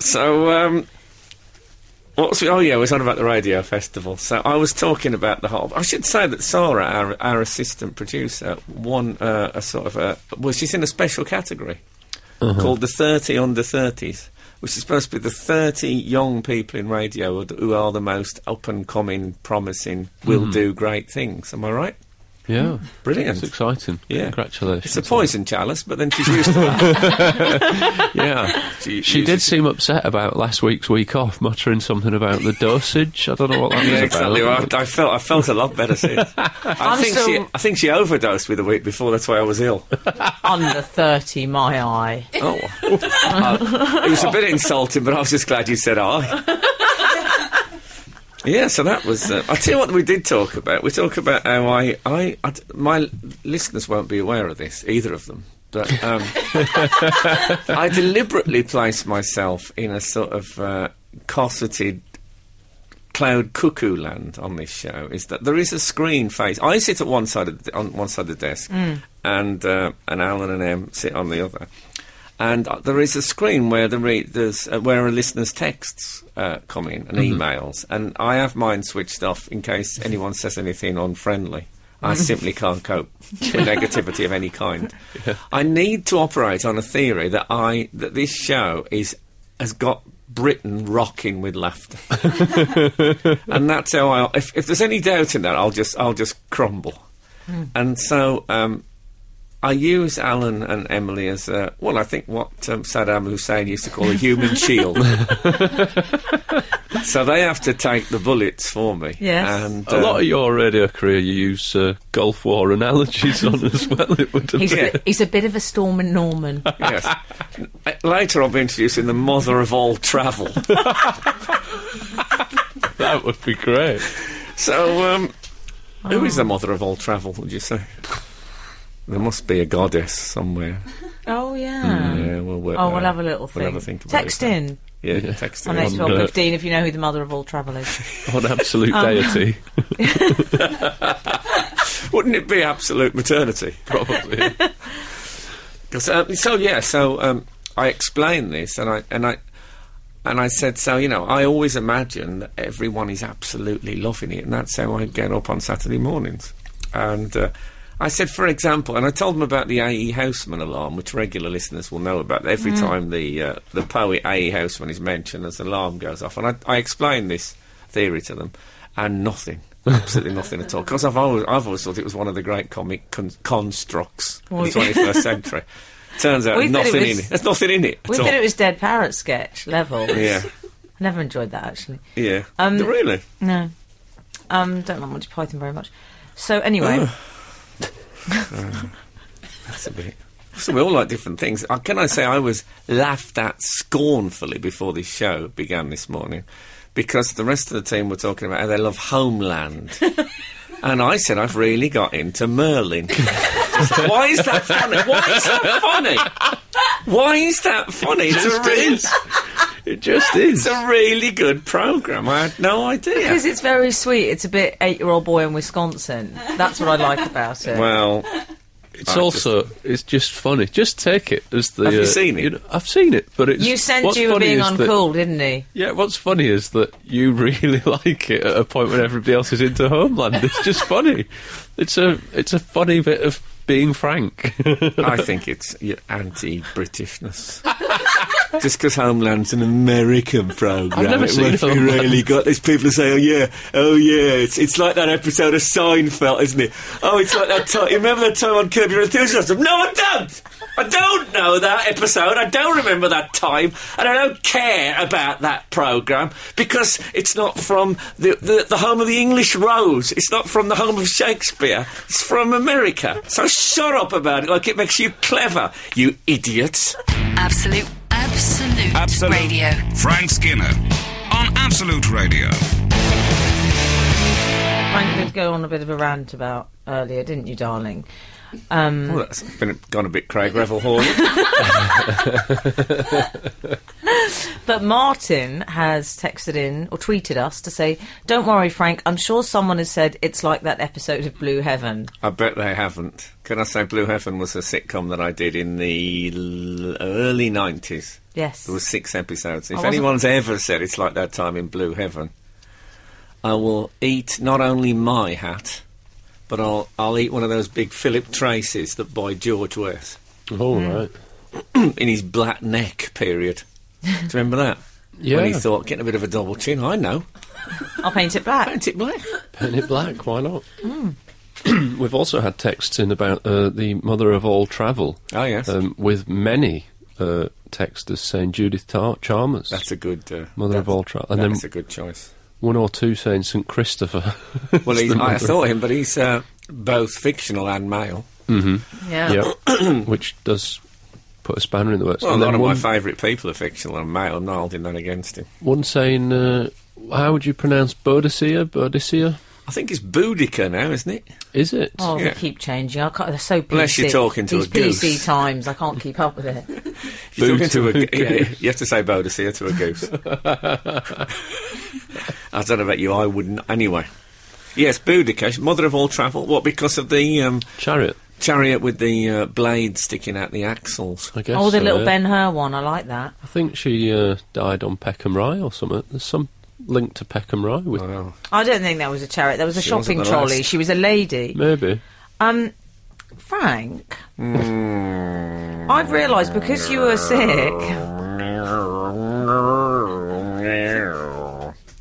so, um, what was we? Oh, yeah, we was on about the radio festival. So I was talking about the whole. I should say that Sarah, our, our assistant producer, won uh, a sort of a. Well, she's in a special category called the 30 under 30s, which is supposed to be the 30 young people in radio who- who are the most up and coming, promising, will do great things. Am I right? Yeah. Mm. Brilliant. It's exciting. Yeah. It's Congratulations. a poison chalice, but then she's used to that. Yeah. She, She uses- did seem upset about last week's week off, muttering something about the dosage. I don't know what that Yeah, was exactly. about. right. I, felt I felt a lot better since. I I'm think still- she I think she overdosed with the week before. That's why I was ill. Under 30, my eye. Oh, Uh, it was a bit insulting, but I was just glad you said I. Yeah, so that was. Uh, I'll tell you what we did talk about. We talk about how I, I, I d- my listeners won't be aware of this, either of them. But um, I deliberately placed myself in a sort of uh, cosseted cloud cuckoo land on this show is that there is a screen face. I sit at one side of the, on one side of the desk, and uh, and Alan and Em sit on the other. And uh, there is a screen where the re- there's uh, where a listener's texts uh, come in and emails, and I have mine switched off in case anyone says anything unfriendly. I simply can't cope with negativity of any kind. I need to operate on a theory that I that this show is has got Britain rocking with laughter and that's how I. If, if there's any doubt in that, I'll just I'll just crumble. Hmm. And so um, I use Alan and Emily as a, well. I think what um, Saddam Hussein used to call a human shield. so they have to take the bullets for me. Yes. And, A um, lot of your radio career, you use uh, Gulf War analogies on as well. It would have He's, been. a, bit, he's a bit of a storm in Norman. yes. Uh, Later, I'll be introducing the mother of all travel. That would be great. so, um, who is the Oh. mother of all travel? Would you say? There must be a goddess somewhere. Oh, yeah. Mm, Yeah, we'll work. Oh, that we'll out. have a little thing. We'll have a think about Text it. in Yeah, text on in. Nice. eight twelve uh, fifteen if you know who the mother of all travel is. On absolute Um, deity, Wouldn't it be absolute maternity? probably. 'Cause, um, so yeah, so um, I explained this, and I and I and I said, so you know, I always imagine that everyone is absolutely loving it, and that's how I get up on Saturday mornings. And uh, I said, for example, and I told them about the A.E. Houseman alarm, which regular listeners will know about. Every Mm. time the uh, the poet A.E. Houseman is mentioned, as alarm goes off, and I, I explained this theory to them, and nothing. Absolutely nothing at all. Because I've always, I've always thought it was one of the great comic con- constructs Well, of the 21st century. Turns out We thought it nothing in was- it. There's nothing in it. We at all. thought it was Dead Parrot sketch level. Yeah, I never enjoyed that actually. yeah. Um, really? No. Um, don't like Monty Python very much. So anyway, That's a bit. So we all like different things. Uh, can I say I was laughed at scornfully before this show began this morning because the rest of the team were talking about how they love Homeland. And I said, I've really got into Merlin. Just like, Why is that funny? Why is that funny? Why is that funny? It's a, really, It just it's is. a really good programme. I had no idea. because it's very sweet. It's a bit eight-year-old boy in Wisconsin. That's what I like about it. Well, It's also it's just funny. Just take it as the. Have you seen it? know, I've seen it, but it's you said what's you were funny being is that- uncool, didn't he? yeah, what's funny is that you really like it at a point when everybody else is into Homeland. It's just funny. It's a it's a funny bit of being frank. I think it's your anti-Britishness. Just because Homeland's an American program, I've never it seen must be Homeland. really got these people who say, "Oh yeah, oh yeah." It's it's like that episode of Seinfeld, isn't it? Oh, it's like that time. Remember that time on Curb Your Enthusiasm? No, I don't. I don't know that episode. I don't remember that time, and I don't care about that program because it's not from the the, the home of the English rose. It's not from the home of Shakespeare. It's from America. So shut up about it, like it makes you clever, you idiots. Absolute, absolute, Absolute. radio. Frank Skinner on Absolute Radio. Frank did go on a bit of a rant about earlier, didn't you, darling? Um, Well, that's been gone a bit Craig Revel Hall. but Martin has texted in or tweeted us to say, "Don't worry, Frank. I'm sure someone has said it's like that episode of Blue Heaven." I bet they haven't. Can I say Blue Heaven was a sitcom that I did in the l- early 90s? Yes. There were six episodes. If wasn't- anyone's ever said it's like that time in Blue Heaven, I will eat not only my hat, but I'll, I'll eat one of those big Philip Traces that boy George wears All right. in his black neck period. Do you remember that? Yeah. When he thought, getting a bit of a double chin, I know. I'll paint it black. Paint it black. Paint it black, why not? Mm. We've also had texts in about uh, the mother of all travel. Oh, yes. Um, with many uh, texters saying Judith Tar- Chalmers, That's a good. Uh, mother of that's- all travel. And That's then a good choice. one or two saying St. Christopher. Well, It's he, the I mother. saw him, but he's uh, both fictional and male. Yeah. Yeah, which does put a spanner in the works. Well, a and lot then of my one, favourite people are fictional and male. I'm not holding that against him. one saying, uh, how would you pronounce Boadicea? Boadicea? I think it's Boudica now, isn't it? Is it? Oh, Yeah. they keep changing. I can't, they're so PC. Unless you're talking to These a goose. PC times, I can't keep up with it. If you're talking to a, Boudica. yeah, you have to say Boudicca to a goose. I don't know about you, I wouldn't anyway. Yes, Boudica, mother of all travel. What, because of the um, Chariot, chariot with the uh, blade sticking out the axles? I guess. Oh, the so, little yeah. Ben Hur one. I like that. I think she uh, died on Peckham Rye or something. There's some link to Peckham Rye with Wow. I don't think that was a chariot. That was a She wasn't shopping the trolley. last. She was a lady. maybe. Um, Frank, Hmm. I've realised because you were sick,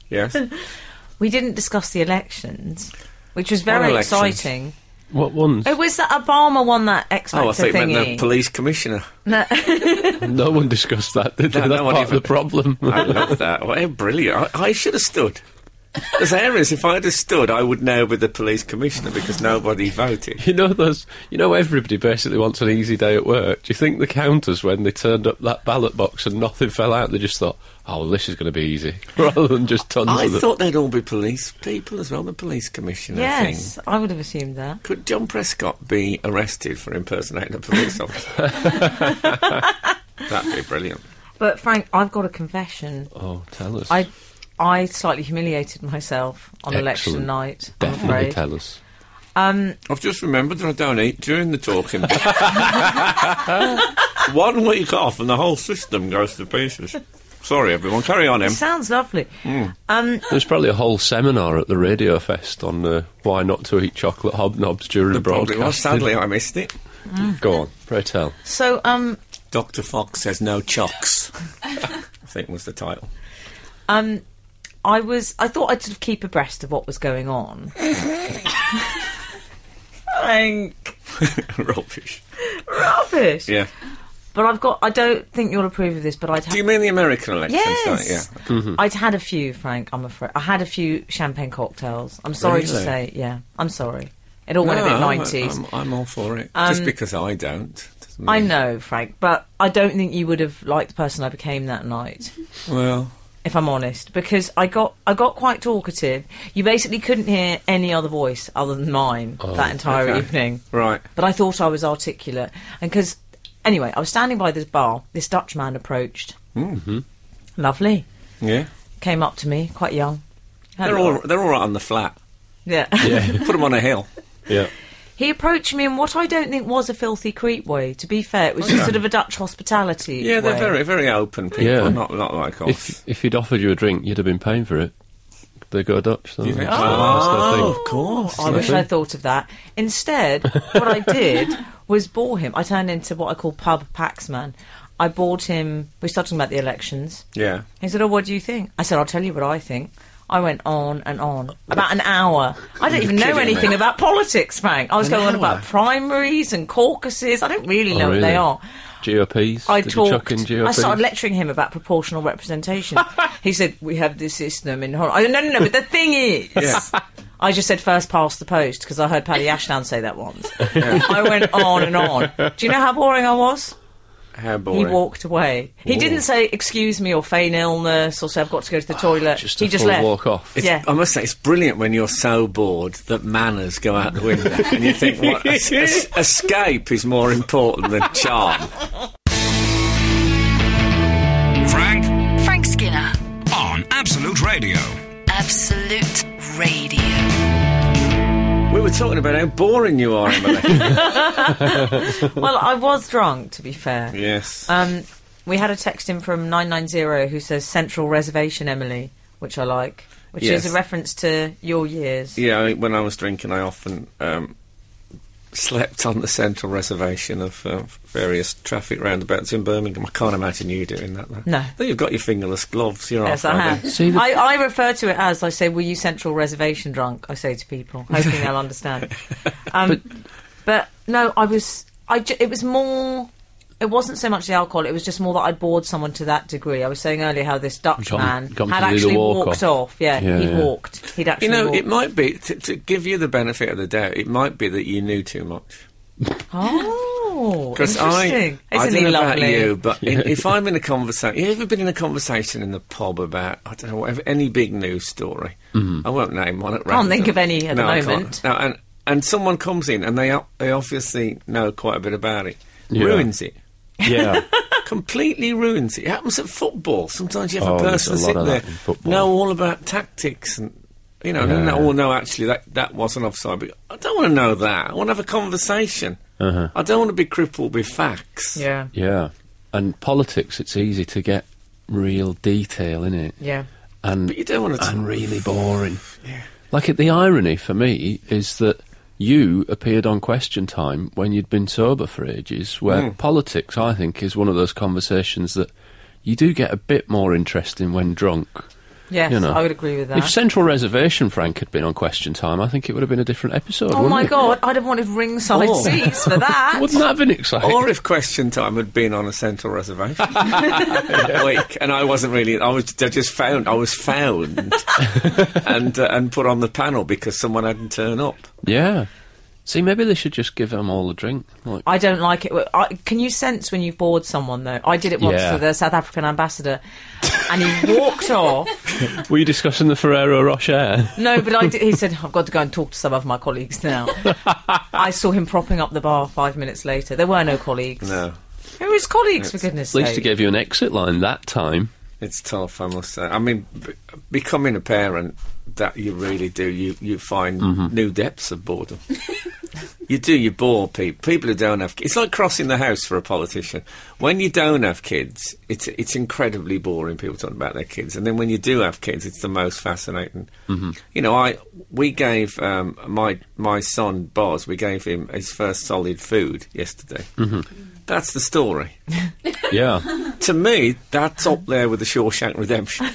Yes? Oh, we didn't discuss the elections, which was very elections? exciting. What ones? It was that Obama won that X Factor Oh, I think meant the thingy. police commissioner. No one discussed that. Did they? No, That's no one part even- of the problem. I love that. What a brilliant. I, I should have stood. As areas, if I'd have stood, I would now be the police commissioner because nobody voted. you know those. You know everybody basically wants an easy day at work. Do you think the counters when they turned up that ballot box and nothing fell out, they just thought, "Oh, well, this is going to be easy," rather than just tons I of them. thought they'd all be police people as well, the police commissioner yes, thing. I would have assumed that. Could John Prescott be arrested for impersonating a police officer? That'd be brilliant. But Frank, I've got a confession. Oh, tell us. I I slightly humiliated myself on election Excellent. night. I'm definitely afraid. tell us. Um, I've just remembered that I don't eat during the talking. bit. One week off and the whole system goes to pieces. Sorry, everyone. Carry on, Em. sounds lovely. Um, There's probably a whole seminar at the Radio Fest on uh, why not to eat chocolate hobnobs during The problem broadcasting. was, sadly, I missed it. Go on, pray tell. so um, Dr. Fox says no chocks. I think was the title. um, I was. I thought I'd sort of keep abreast of what was going on. Thank Rubbish. rubbish. Yeah. But I've got. I don't think you'll approve of this. But I'd. Ha- Do you mean the American elections? don't you? yes. I'd had a few, Frank. I'm afraid. I had a few champagne cocktails. I'm sorry to Really? say. Yeah. I'm sorry. It all went a bit I'm- 90s. I'm, I'm all for it. Just because I don't. doesn't Um, I mean- know, Frank, but I don't think you would have liked the person I became that night, Well, if I'm honest, because I got I got quite talkative. You basically couldn't hear any other voice other than mine that entire Oh, okay. Oh, evening. right. But I thought I was articulate, and because anyway, I was standing by this bar. This Dutch man approached. Mm-hmm. Lovely. Yeah. Came up to me, quite young. They're all, they're all right on the flat. yeah. Put them on a hill. Yeah. He approached me in what I don't think was a filthy creep way. To be fair, it was just sort of a Dutch hospitality. Yeah, they're way. very, very open people. Yeah. Not, not like us. If if he'd offered you a drink, you'd have been paying for it. They go Dutch. don't You they? think- So that's their thing. Oh, of course. I wish I thought of that. Instead, what I did was bore him. I turned into what I call pub paxman. I bought him. We started talking about the elections. Yeah. He said, "Oh, what do you think?" I said, "I'll tell you what I think." I went on and on about an hour. I don't even know kidding me. anything about politics, Frank. I was going on about primaries and caucuses. I don't really know Oh, what they really? are. GOPs. I Did you chuck talked. in GOPs? I started lecturing him about proportional representation. he said, "We have this system in Holland." I said, "No, no, no." But the thing is, I just said first past the post because I heard Paddy Ashdown say that once. I went on and on. Do you know how boring I was? How He boring. walked away. He didn't say excuse me or feign illness or say I've got to go to the toilet. Ah, Just he a just full left. walk off. yeah. I must say, it's brilliant when you're so bored that manners go out the window and you think, what, es- es- escape is more important than charm. Frank Frank Skinner. on Absolute Radio. Absolute Radio. We were talking about how boring you are, Emily. Well, I was drunk, to be fair. yes. Um, we had a text in from 990 who says Central Reservation, Emily, which I like, which Yes. is a reference to your years. yeah, I- when I was drinking, I often um, slept on the central reservation of uh, various traffic roundabouts in Birmingham. I can't imagine you doing that, though. No. Though you've got your fingerless gloves, you're Yes, off. I aren't have. you? See the- I, I refer to it as I say, "Were you Central Reservation drunk?" I say to people, hoping they'll understand. Um, but, no, I was. I ju- it was more. It wasn't so much the alcohol. It was just more that I bored someone to that degree. I was saying earlier how this Dutch Got 'em- man got 'em had to do the actually walk walked off. off. Yeah, Yeah, he yeah. walked. He'd actually. You know, walked. it might be, to, to give you the benefit of the doubt, it might be that you knew too much. oh, Because I, interesting. I Isn't don't he know about lovely? you, but in, if I'm in a conversation, you ever been in a conversation in the pub about I don't know whatever any big news story? I won't name one at random. Mm-hmm. think of any at the No, I can't. moment. No, and and someone comes in and they o- they obviously know quite a bit about it. Yeah. Ruins it. Yeah. Completely ruins it. It happens at football. Sometimes you have Oh, a there's person a lot sitting of there that in football. know all about tactics and you know, and Yeah. all know actually that that wasn't offside. But I don't want to know that. I want to have a conversation. Uh-huh. I don't want to be crippled with facts. Yeah, yeah. And politics, it's easy to get real detail in it. yeah. And But you don't want to. and really boring. Like it, the irony for me is that you appeared on Question Time when you'd been sober for ages, where politics, I think, is one of those conversations that you do get a bit more interesting when drunk. Yes, you know. I would agree with that. If Central Reservation Frank had been on Question Time, I think it would have been a different episode. Oh wouldn't my it? god, I'd have wanted ringside Oh. seats for that. Wouldn't that have been exciting? Or if question time had been on a central reservation week, and I wasn't really, I was I just found, I was found, and uh, and put on the panel because someone hadn't turned up. yeah. See, maybe they should just give them all a drink. Like, I don't like it. I, can you sense when you've bored someone though? I did it once Yeah. to the South African ambassador, and he walked off. were you discussing the Ferrero Rocher? No, but I did, he said I've got to go and talk to some of my colleagues now. I saw him propping up the bar five minutes later. There were no colleagues. No, Who is colleagues for goodness' At least sake? they gave you an exit line that time. It's tough, I must say. I mean, b- becoming a parent, that you really do. You you find new depths of boredom. you do. You bore people. People who don't have kids. It's like crossing the house for a politician. When you don't have kids, it's it's incredibly boring. People talking about their kids, and then when you do have kids, it's the most fascinating. You know, I we gave um, my my son Boz. We gave him his first solid food yesterday. That's the story Yeah. to me, that's up there with the Shawshank Redemption.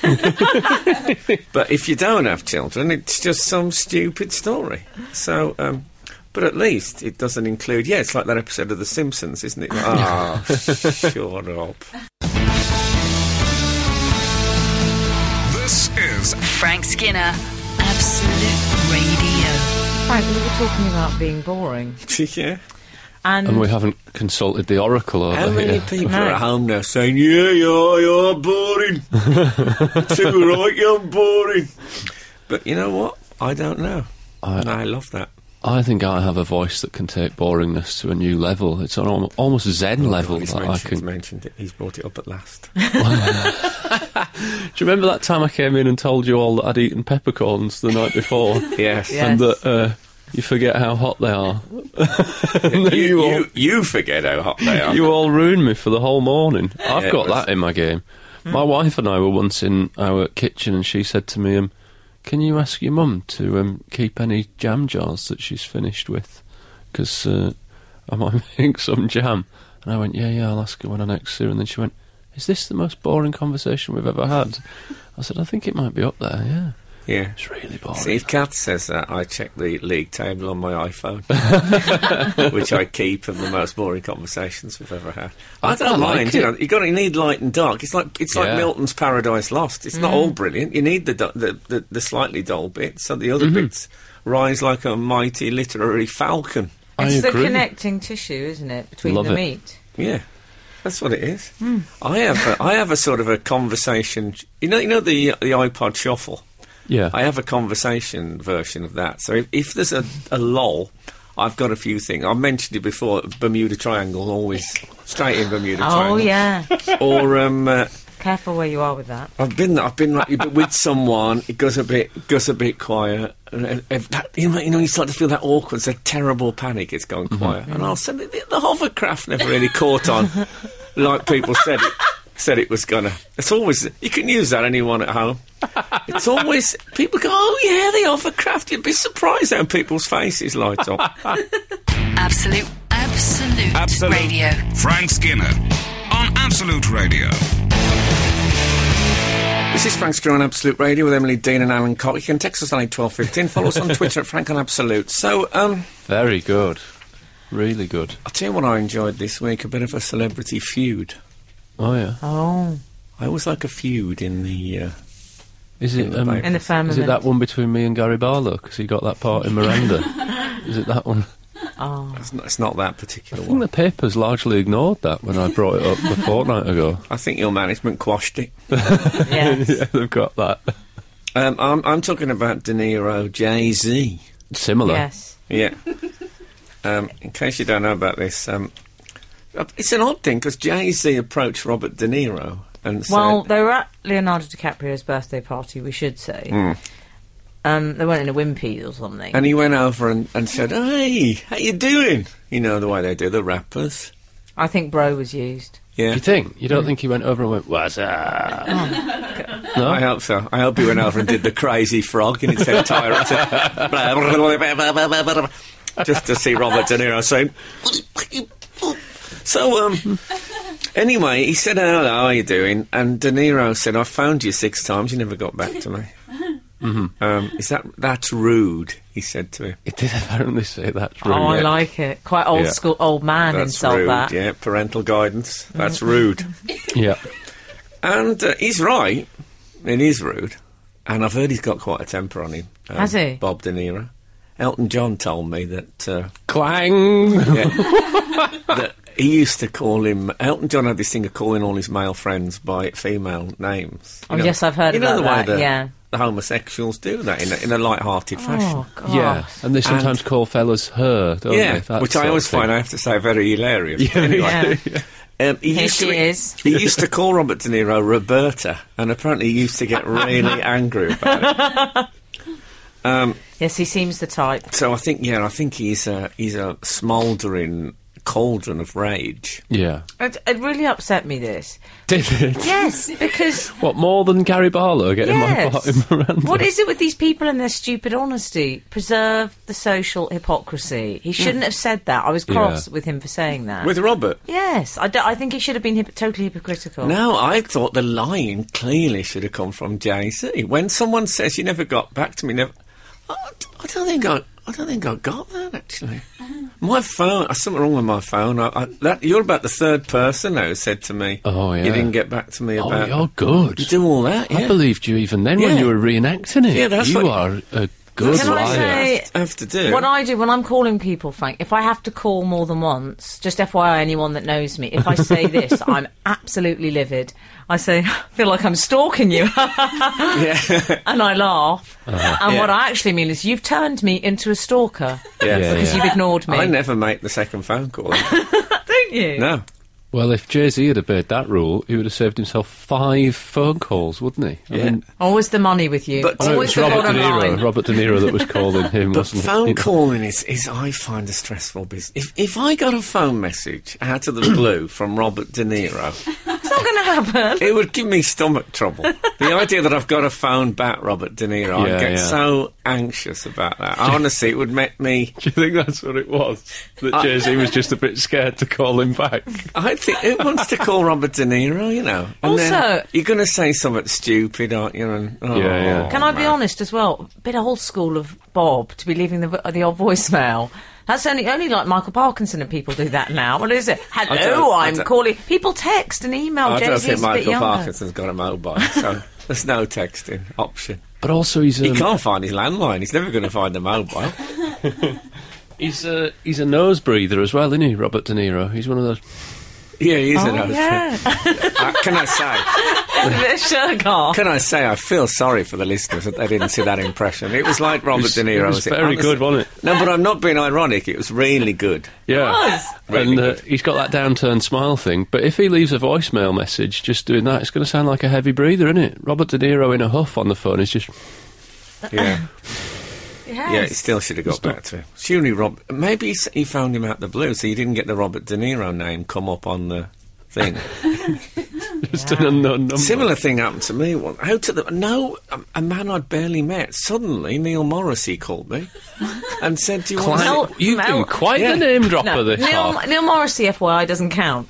but if you don't have children, it's just some stupid story. So, um, but at least it doesn't include. Yeah, it's like that episode of The Simpsons, isn't it? Ah, shut up. This is Frank Skinner, Absolute Radio. Frank, we were talking about being boring. yeah. And, And we haven't consulted the oracle over How many here. people No. are at home now saying, "Yeah, yeah, you're boring. Too right, you're boring." But you know what? I don't know. I- and I love that. I think I have a voice that can take boringness to a new level. It's on al- almost Zen level Oh, He's that I mentioned, he's can. mentioned it. He's brought it up at last. Do you remember that time I came in and told you all that I'd eaten peppercorns the night before, yes. Yeah. and that uh, you forget how hot they are? and then you, you, all you, you forget how hot they are. you all ruined me for the whole morning. I've it was- got Hmm. that in my game. My wife and I were once in our kitchen, and she said to me, um, "Can you ask your mum to um, keep any jam jars that she's finished with? Because uh, I might make some jam." And I went, "Yeah, yeah, I'll ask her when I next see her." And then she went, "Is this the most boring conversation we've ever had?" I said, "I think it might be up there. Yeah, yeah. it's really boring." See, if Kat says that, I check the league table on my iPhone, which I keep of the most boring conversations we've ever had. I, I- don't I like mind. you it. know, you got to need light and dark. It's like it's like Yeah. Milton's Paradise Lost. It's not all brilliant. You need the, du- the the the slightly dull bits, so the other bits rise like a mighty literary falcon. I it's the agree. connecting tissue, isn't it, between Love the it. meat? Yeah, that's what it is. I have a, I have a sort of a conversation. You know, you know the the iPod shuffle. yeah, I have a conversation version of that. So if, if there's a, a lull, I've got a few things. I mentioned it before. Bermuda Triangle always straight in Bermuda Oh, Triangle. yeah. Or um, uh, Careful where you are with that. I've been I've been like, but with someone. It goes a bit goes a bit quiet. And, and if that, you, know, you know, you start to feel that awkward. It's a terrible panic. It's gone quiet. And I'll say the, the hovercraft never really caught on, like people said. It. Said it was gonna. It's always you can use that anyone at home. It's always people go, oh yeah, the hovercraft. You'd be surprised how people's faces light up. Absolute, Absolute, Absolute. Radio. Frank Skinner on Absolute Radio. This is Frank Skinner on Absolute Radio with Emily Dean and Alan Cock. You can text us on eight twelve fifteen. Follow us on Twitter at Frank on Absolute. So um. very good, really good. I'll tell you what I enjoyed this week a bit of a celebrity feud. Oh yeah, Oh. I always like a feud in the. Uh, is In it? the Um, background. In the family. Is it that one between me and Gary Barlow? Because he got that part in Miranda. Is it that one? Oh. it's, not, it's not that particular I think one. the papers largely ignored that when I brought it up a fortnight ago. I think your management quashed it. Yeah. yeah, they've got that. Um, I'm, I'm talking about De Niro, Jay Z. Similar. yes. Yeah. um, in case you don't know about this, um, uh, it's an odd thing because Jay Z approached Robert De Niro and said, Well, they were at Leonardo DiCaprio's birthday party, we should say. Um, they weren't in a wimpy or something. and he went over and, and said, "Hey, how you doing?" You know the way they do the rappers. I think bro was used. Yeah. You think? You Mm. don't think he went over and went, what's up? no? I hope so. I hope he went over and did the crazy frog in its entirety. Just to see Robert De Niro saying. So, um, anyway, he said, Hello, how are you doing? And De Niro said, I found you six times, you never got back to me. Mm-hmm. Um, is that that's rude? He said to him. It did apparently say that's Oh, I rude. like it. Quite old Yeah. school, old man That's insult rude. that. Mm-hmm. Yeah, parental guidance. That's rude. yeah. And uh, he's right. It is rude. And I've heard he's got quite a temper on him. um, Has he? Bob De Niro. Elton John told me that, uh, Clang! yeah, that he used to call him. Elton John had this thing of calling all his male friends by female names. Oh, yes, I've heard you know about the way that, The, yeah. the homosexuals do that in a, in a light-hearted fashion. Oh, God. Yeah. And they sometimes call fellas her, don't Yeah, they? That which sort I of always thing. find, I have to say, very hilarious. Anyway, Yeah. Um, he Here used she to, is. He used to call Robert De Niro Roberta, and apparently he used to get really angry about it. Yes, he seems the type. So I think, yeah, I think he's a he's a smouldering cauldron of rage. Yeah. It, it really upset me this. Did it? Yes, because What, more than Gary Barlow getting my part in yes. Miranda? What is it with these people and their stupid honesty? Preserve the social hypocrisy. He shouldn't have said that. I was cross Yeah. Hmm. with him for saying that. With Robert? yes, I, do- I think he should have been hip- totally hypocritical. No, I thought the lying clearly should have come from JC. When someone says you never got back to me, never. I, I don't think I. I don't think I got that actually. Uh-huh. My phone. uh, Something wrong with my phone. I, I, that, you're about the third person now who said to me. Oh, yeah. You didn't get back to me Oh, about. you're good. You do all that. I yeah. believed you even then when Yeah. you were reenacting it. Yeah, that's you what- are a good Can I liar. say- I have to do. What I do when I'm calling people, Frank, if I have to call more than once, just FYI anyone that knows me, if I say this, I'm absolutely livid. I say, I feel like I'm stalking you. yeah. and I laugh. And Uh-huh. Yeah. what I actually mean is, you've turned me into a stalker yeah. Yeah, because yeah. you've ignored me. I never make the second phone call. Don't you? no. Well, if Jay Z had obeyed that rule, he would have saved himself five phone calls, wouldn't he? Yeah. I mean, Always the money with you. But- I know it Always was the Robert De bottom Niro. line. Robert De Niro that was calling him, But wasn't phone it? calling is, is, I find, a stressful business. If, if I got a phone message out of the blue from Robert De Niro, It's not going to happen. it would give me stomach trouble. The idea that I've got to phone back Robert De Niro, Yeah, I'd get yeah. so anxious about that. Honestly, it would make me. Do you think that's what it was? That Jay Z was just a bit scared to call him back. I think who wants to call Robert De Niro? You know, and then Also- you're going to say something stupid, aren't you? And oh, Yeah, yeah. Can I be man. honest as well? Bit old school of Bob to be leaving the the odd voicemail. That's only only like Michael Parkinson and people do that now. What is it? Hello, don't- I I'm don't- calling. People text and email. I don't Jay-Z's think a bit Michael younger. Parkinson's got a mobile, so there's no texting option. But also, he's um, He a can't find his landline. He's never going to find the mobile. he's a he's a nose breather as well, isn't he? Robert De Niro. He's one of those. Yeah, he is an Oh, old yeah. Uh, can I say? sure, God. Can I say? I feel sorry for the listeners that they didn't see that impression. It was like Robert was- De Niro. it was very honestly- good, wasn't it? No, but I'm not being ironic. It was really good. Yeah, Really and uh, he's got that downturned smile thing. But if he leaves a voicemail message just doing that, it's going to sound like a heavy breather, isn't it? Robert De Niro in a huff on the phone is just Yeah, Yes. yeah. It still should have got back to him. Surely, Rob. Maybe he, s- he found him out the blue, so you didn't get the Robert De Niro name come up on the thing. just an unknown number. Similar thing happened to me. One out of the no, a, a man I'd barely met. Suddenly, Neil Morrissey called me and said, "Do you want?" Clive- to-" Mel- You've Mel- been quite Yeah. the name dropper No, this Neil, half. Neil Morrissey, FYI, doesn't count.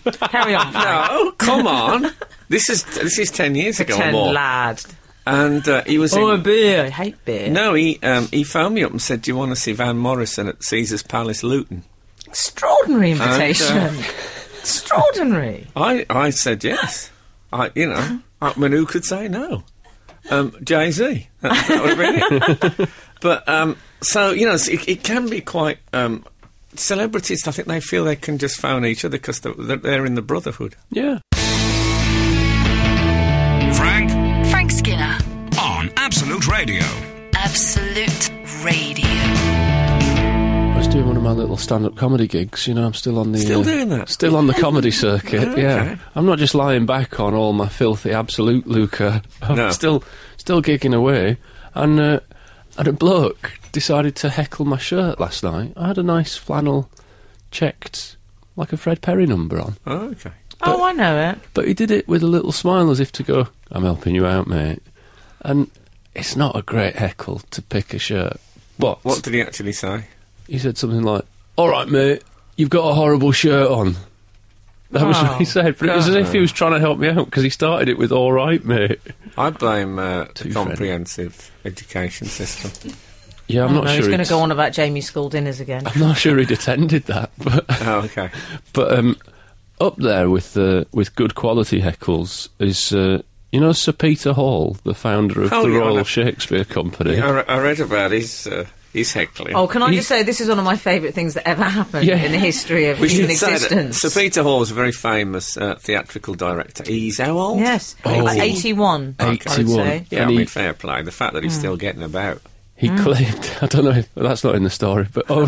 Carry on. No, come on. This is this is ten years ago or Pretend more. lad. and uh, he was Oh, a in, beer. I hate beer. no he um, he phoned me up and said do you want to see van morrison at caesar's palace luton Extraordinary invitation. And, Extraordinary. i i said yes i you know i mean who could say no um jay-z that, that would have been it but um so you know it's- it, it can be quite um celebrities i think they feel they can just phone each other because they're, they're in the brotherhood Yeah. Frank Frank Skinner. on Absolute Radio. Absolute Radio. I was doing one of my little stand-up comedy gigs. You know, I'm still on the uh, Still doing that? Oh, still on the comedy circuit. Okay. Yeah, I'm not just lying back on all my filthy absolute lucre. I'm No. still still gigging away, and uh, and a bloke decided to heckle my shirt last night. I had a nice flannel checked like a Fred Perry number on, oh, okay oh, I know it. but he did it with a little smile as if to go, "I'm helping you out, mate." And it's not a great heckle to pick a shirt, but what did he actually say he said something like, "All right, mate, you've got a horrible shirt on." That was Oh, what he said, but it was as if he was trying to help me out because he started it with "All right, mate." I blame uh, the Too friendly. comprehensive education system. Yeah, I'm Oh, not no, sure. he's going to he'd- go on about Jamie's school dinners again. I'm not sure he'd attended that, but Oh, okay. but um, up there with the with good quality heckles is uh, you know Sir Peter Hall, the founder of Oh, the yeah, I know. Royal Shakespeare Company. I, re- I read about his uh, his heckling. Oh, can I He- just say this is one of my favourite things that ever happened Yeah. in the history of We should human say that existence. Sir Peter Hall was a very famous uh, theatrical director. He's how old? yes, Oh. Like 81. I would 81. say. Yeah, I And mean, he- Hmm. fair play. The fact that he's still getting about. He claimed, I don't know, if, well, that's not in the story, but oh,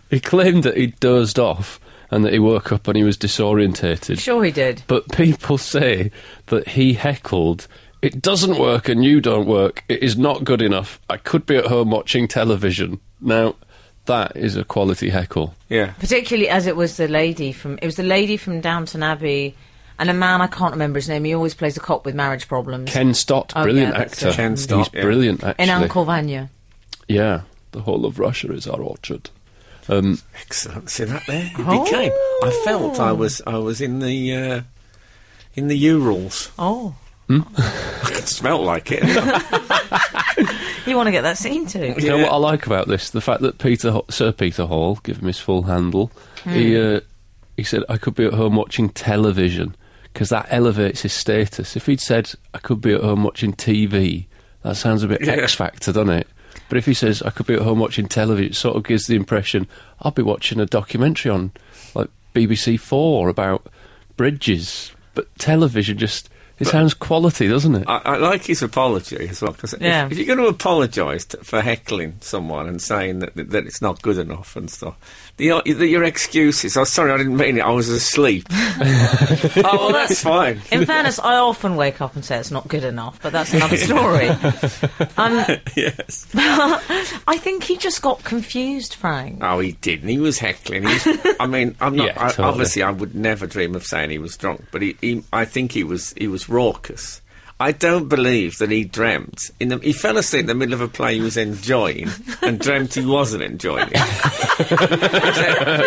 he claimed that he dozed off and that he woke up and he was disorientated. Sure, he did. But people say that he heckled. It doesn't work and you don't work. It is not good enough. I could be at home watching television. Now, that is a quality heckle. Yeah. Particularly as it was the lady from it was the lady from Downton Abbey, and a man I can't remember his name. He always plays a cop with marriage problems Ken Stott, Oh, brilliant yeah, that's actor. it. Ken Stott, He's yeah. brilliant, actually. in Uncle Vanya. Yeah. The whole of Russia is our orchard. Um, Excellent. See that there? It Oh. became. I felt I was I was in the uh, in the Urals. Oh, It smelt like it. you want to get that scene too? You know Yeah. what I like about this? The fact that Peter, Ho- Sir Peter Hall, give him his full handle. He Hmm. uh, he said, "I could be at home watching television because that elevates his status." If he'd said, "I could be at home watching TV," that sounds a bit Yeah. X Factor, doesn't it? But if he says, "I could be at home watching television," it sort of gives the impression I'll be watching a documentary on like BBC Four about bridges. But television just it sounds quality, doesn't it? I, I like his apology as well because Yeah. if, if you're going to apologise t- for heckling someone and saying that, that that it's not good enough and stuff, the, your- the, your excuses. Oh, sorry, I didn't mean it. I was asleep. oh, well, that's fine. In fairness, I often wake up and say it's not good enough, but that's another story. um, yes. I think he just got confused, Frank. No, Oh, he didn't. He was heckling. He was, I mean, I'm not. Yeah, I, totally. Obviously, I would never dream of saying he was drunk, but he, he, I think he was. He was raucous. I don't believe that he dreamt. In the, he fell asleep in the middle of a play he was enjoying and dreamt he wasn't enjoying it. Have you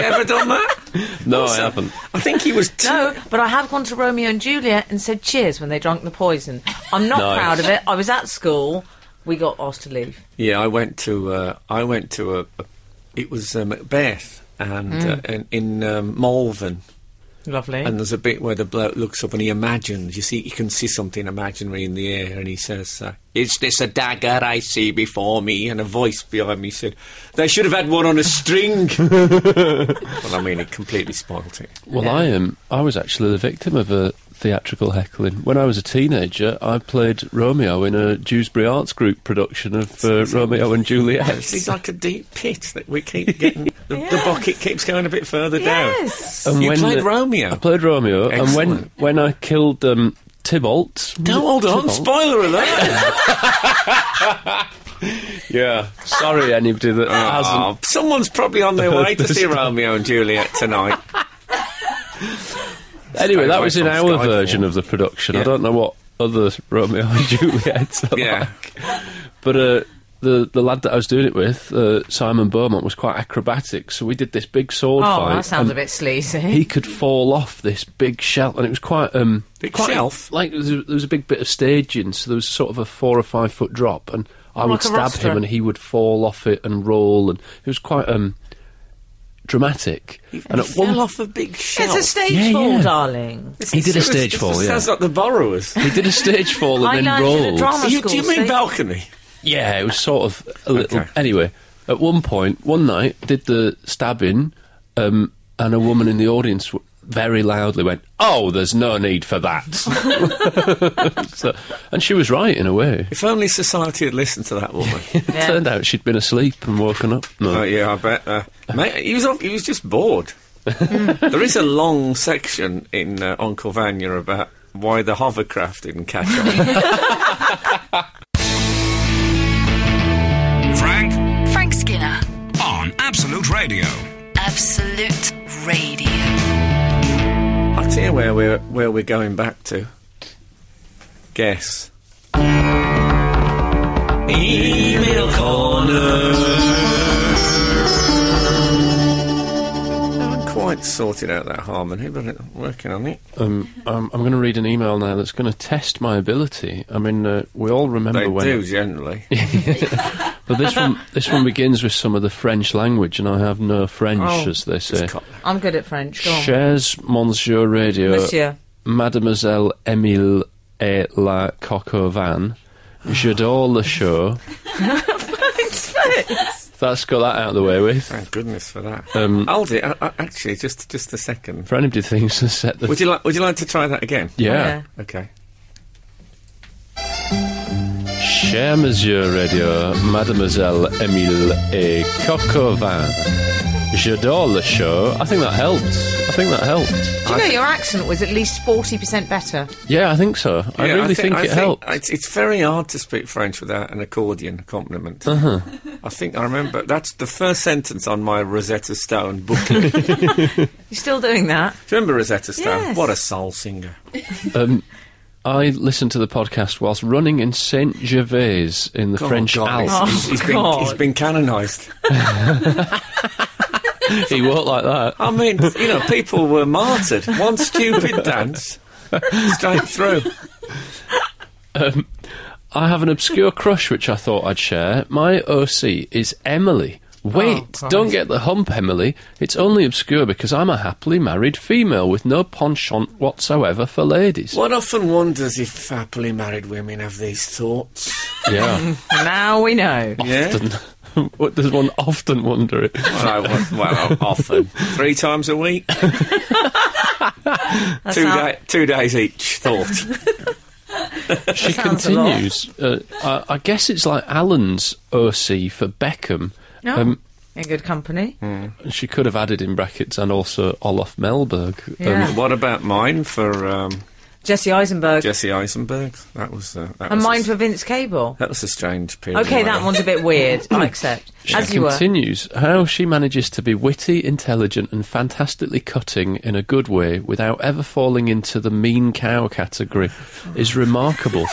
ever done that? no, I Also, haven't. I think he was. Too, No, but I have gone to Romeo and Juliet and said cheers when they drank the poison. I'm not Nice. proud of it. I was at school. We got asked to leave. Yeah, I went to uh, I went to a, a it was uh, Macbeth and uh, in, in um, Malvern. Lovely. And there's a bit where the bloke looks up and he imagines. You see, he can see something imaginary in the air, and he says, uh, "Is this a dagger I see before me?" And a voice behind me said, "They should have had one on a string." well, I mean, it completely spoilt it. Well, I am. I was actually the victim of a theatrical heckling. When I was a teenager, I played Romeo in a Dewsbury Arts Group production of uh, Romeo and It's it's Juliet. like a deep pit that we keep getting. The, the bucket keeps going a bit further yes. And You played the- Romeo? I played Romeo, and Excellent. when when I killed um, Tybalt. down. No, hold on. Tybalt? Spoiler alert! yeah. Sorry, anybody that hasn't. Oh, someone's probably on their way to see Romeo and Juliet tonight. Anyway, Stay that away was in from our Skyfall. version of the production. I Yeah. don't know what other Romeo and Juliet. are Yeah. like. But uh, the the lad that I was doing it with, uh, Simon Beaumont, was quite acrobatic. So we did this big sword Oh, fight. that sounds and a bit sleazy. he could fall off this big shelf, and it was quite um Big quite, shelf? Like there was, a, there was a big bit of staging, so there was sort of a four or five foot drop, and I Oh, would like a stab rostra. him, and he would fall off it and roll, and it was quite um dramatic. and He fell off a big shelf. it's a stage Yeah, fall, yeah. darling. he did a It's- stage it fall. Yeah, Sounds like the borrowers. he did a stage fall I and then learned at a rolled. drama You, do you school mean stage- balcony? Yeah, it was sort of a little. Okay. Anyway, at one point, one night, did the stabbing, um, and a woman in the audience w- very loudly went, "Oh, there's no need for that." So- and she was right in a way. If only society had listened to that woman. It turned out she'd been asleep and woken up. No. oh yeah, I bet. Uh, mate, he was off- he was just bored. there is a long section in uh, Uncle Vanya about why the hovercraft didn't catch on. Frank Frank Skinner. on Absolute Radio. Absolute Radio. I'll tell you where we're where we're going back to. Guess. Email corner. Haven't quite sorted out that harmony, but I'm working on it. Um, I'm, I'm going to read an email now that's going to test my ability. I mean, uh, we all remember They when. do generally. But this one, this one begins with some of the French language, and I have no French, Oh. as they say. Cut. I'm good at French. Go on. Chers Monsieur Radio, Monsieur. Mademoiselle Emile et la Coco-Van, j'adore le show. That's got that out of the way with. Thank goodness for that. Um, Aldi, I, I, uh, actually, just just a second. For anybody who thinks to set the... Would you like Would you like to try that again? yeah. Okay. Cher Monsieur Radio, Mademoiselle Emile et Cocovin. J'adore le show. I think that helped. I think that helped. Do you know your accent was at least 40% better? Yeah, I think so. I Yeah, really thi- think, I it helped. It's, it's very hard to speak French without an accordion accompaniment. Uh-huh. I think I remember that's the first sentence on my Rosetta Stone booklet. Do you You're still doing that? remember Rosetta Stone? Yes. What a soul singer! Um, I listened to the podcast whilst running in Saint Gervais in the Oh, French God, Alps. he's- Oh, he's, he's been, God. he's been canonised. he walked like that. I mean, you know, people were martyred. One stupid dance, straight through. I have an obscure crush which I thought I'd share. My OC is Emily. Wait, Oh, Christ. don't get the hump, Emily. It's only obscure because I'm a happily married female with no penchant whatsoever for ladies. One often wonders if happily married women have these thoughts. Yeah. Now we know. Yeah. often. what does one often wonder? It. Well, I- well, often. Three times a week. That's Two, how- da- two days each thought. She sounds a lot. continues. Uh, I, I guess it's like Alan's OC for Beckham. No. Oh, Um, in good company. she could have added in brackets and also Olaf Melberg. Yeah. What about mine for um, Jesse Eisenberg. Jesse Eisenberg? That was uh, that and was mine a, for Vince Cable. that was a strange period. Okay, in my that life. one's a bit weird. I accept. She As you were. continues how she manages to be witty, intelligent, and fantastically cutting in a good way without ever falling into the mean cow category is remarkable.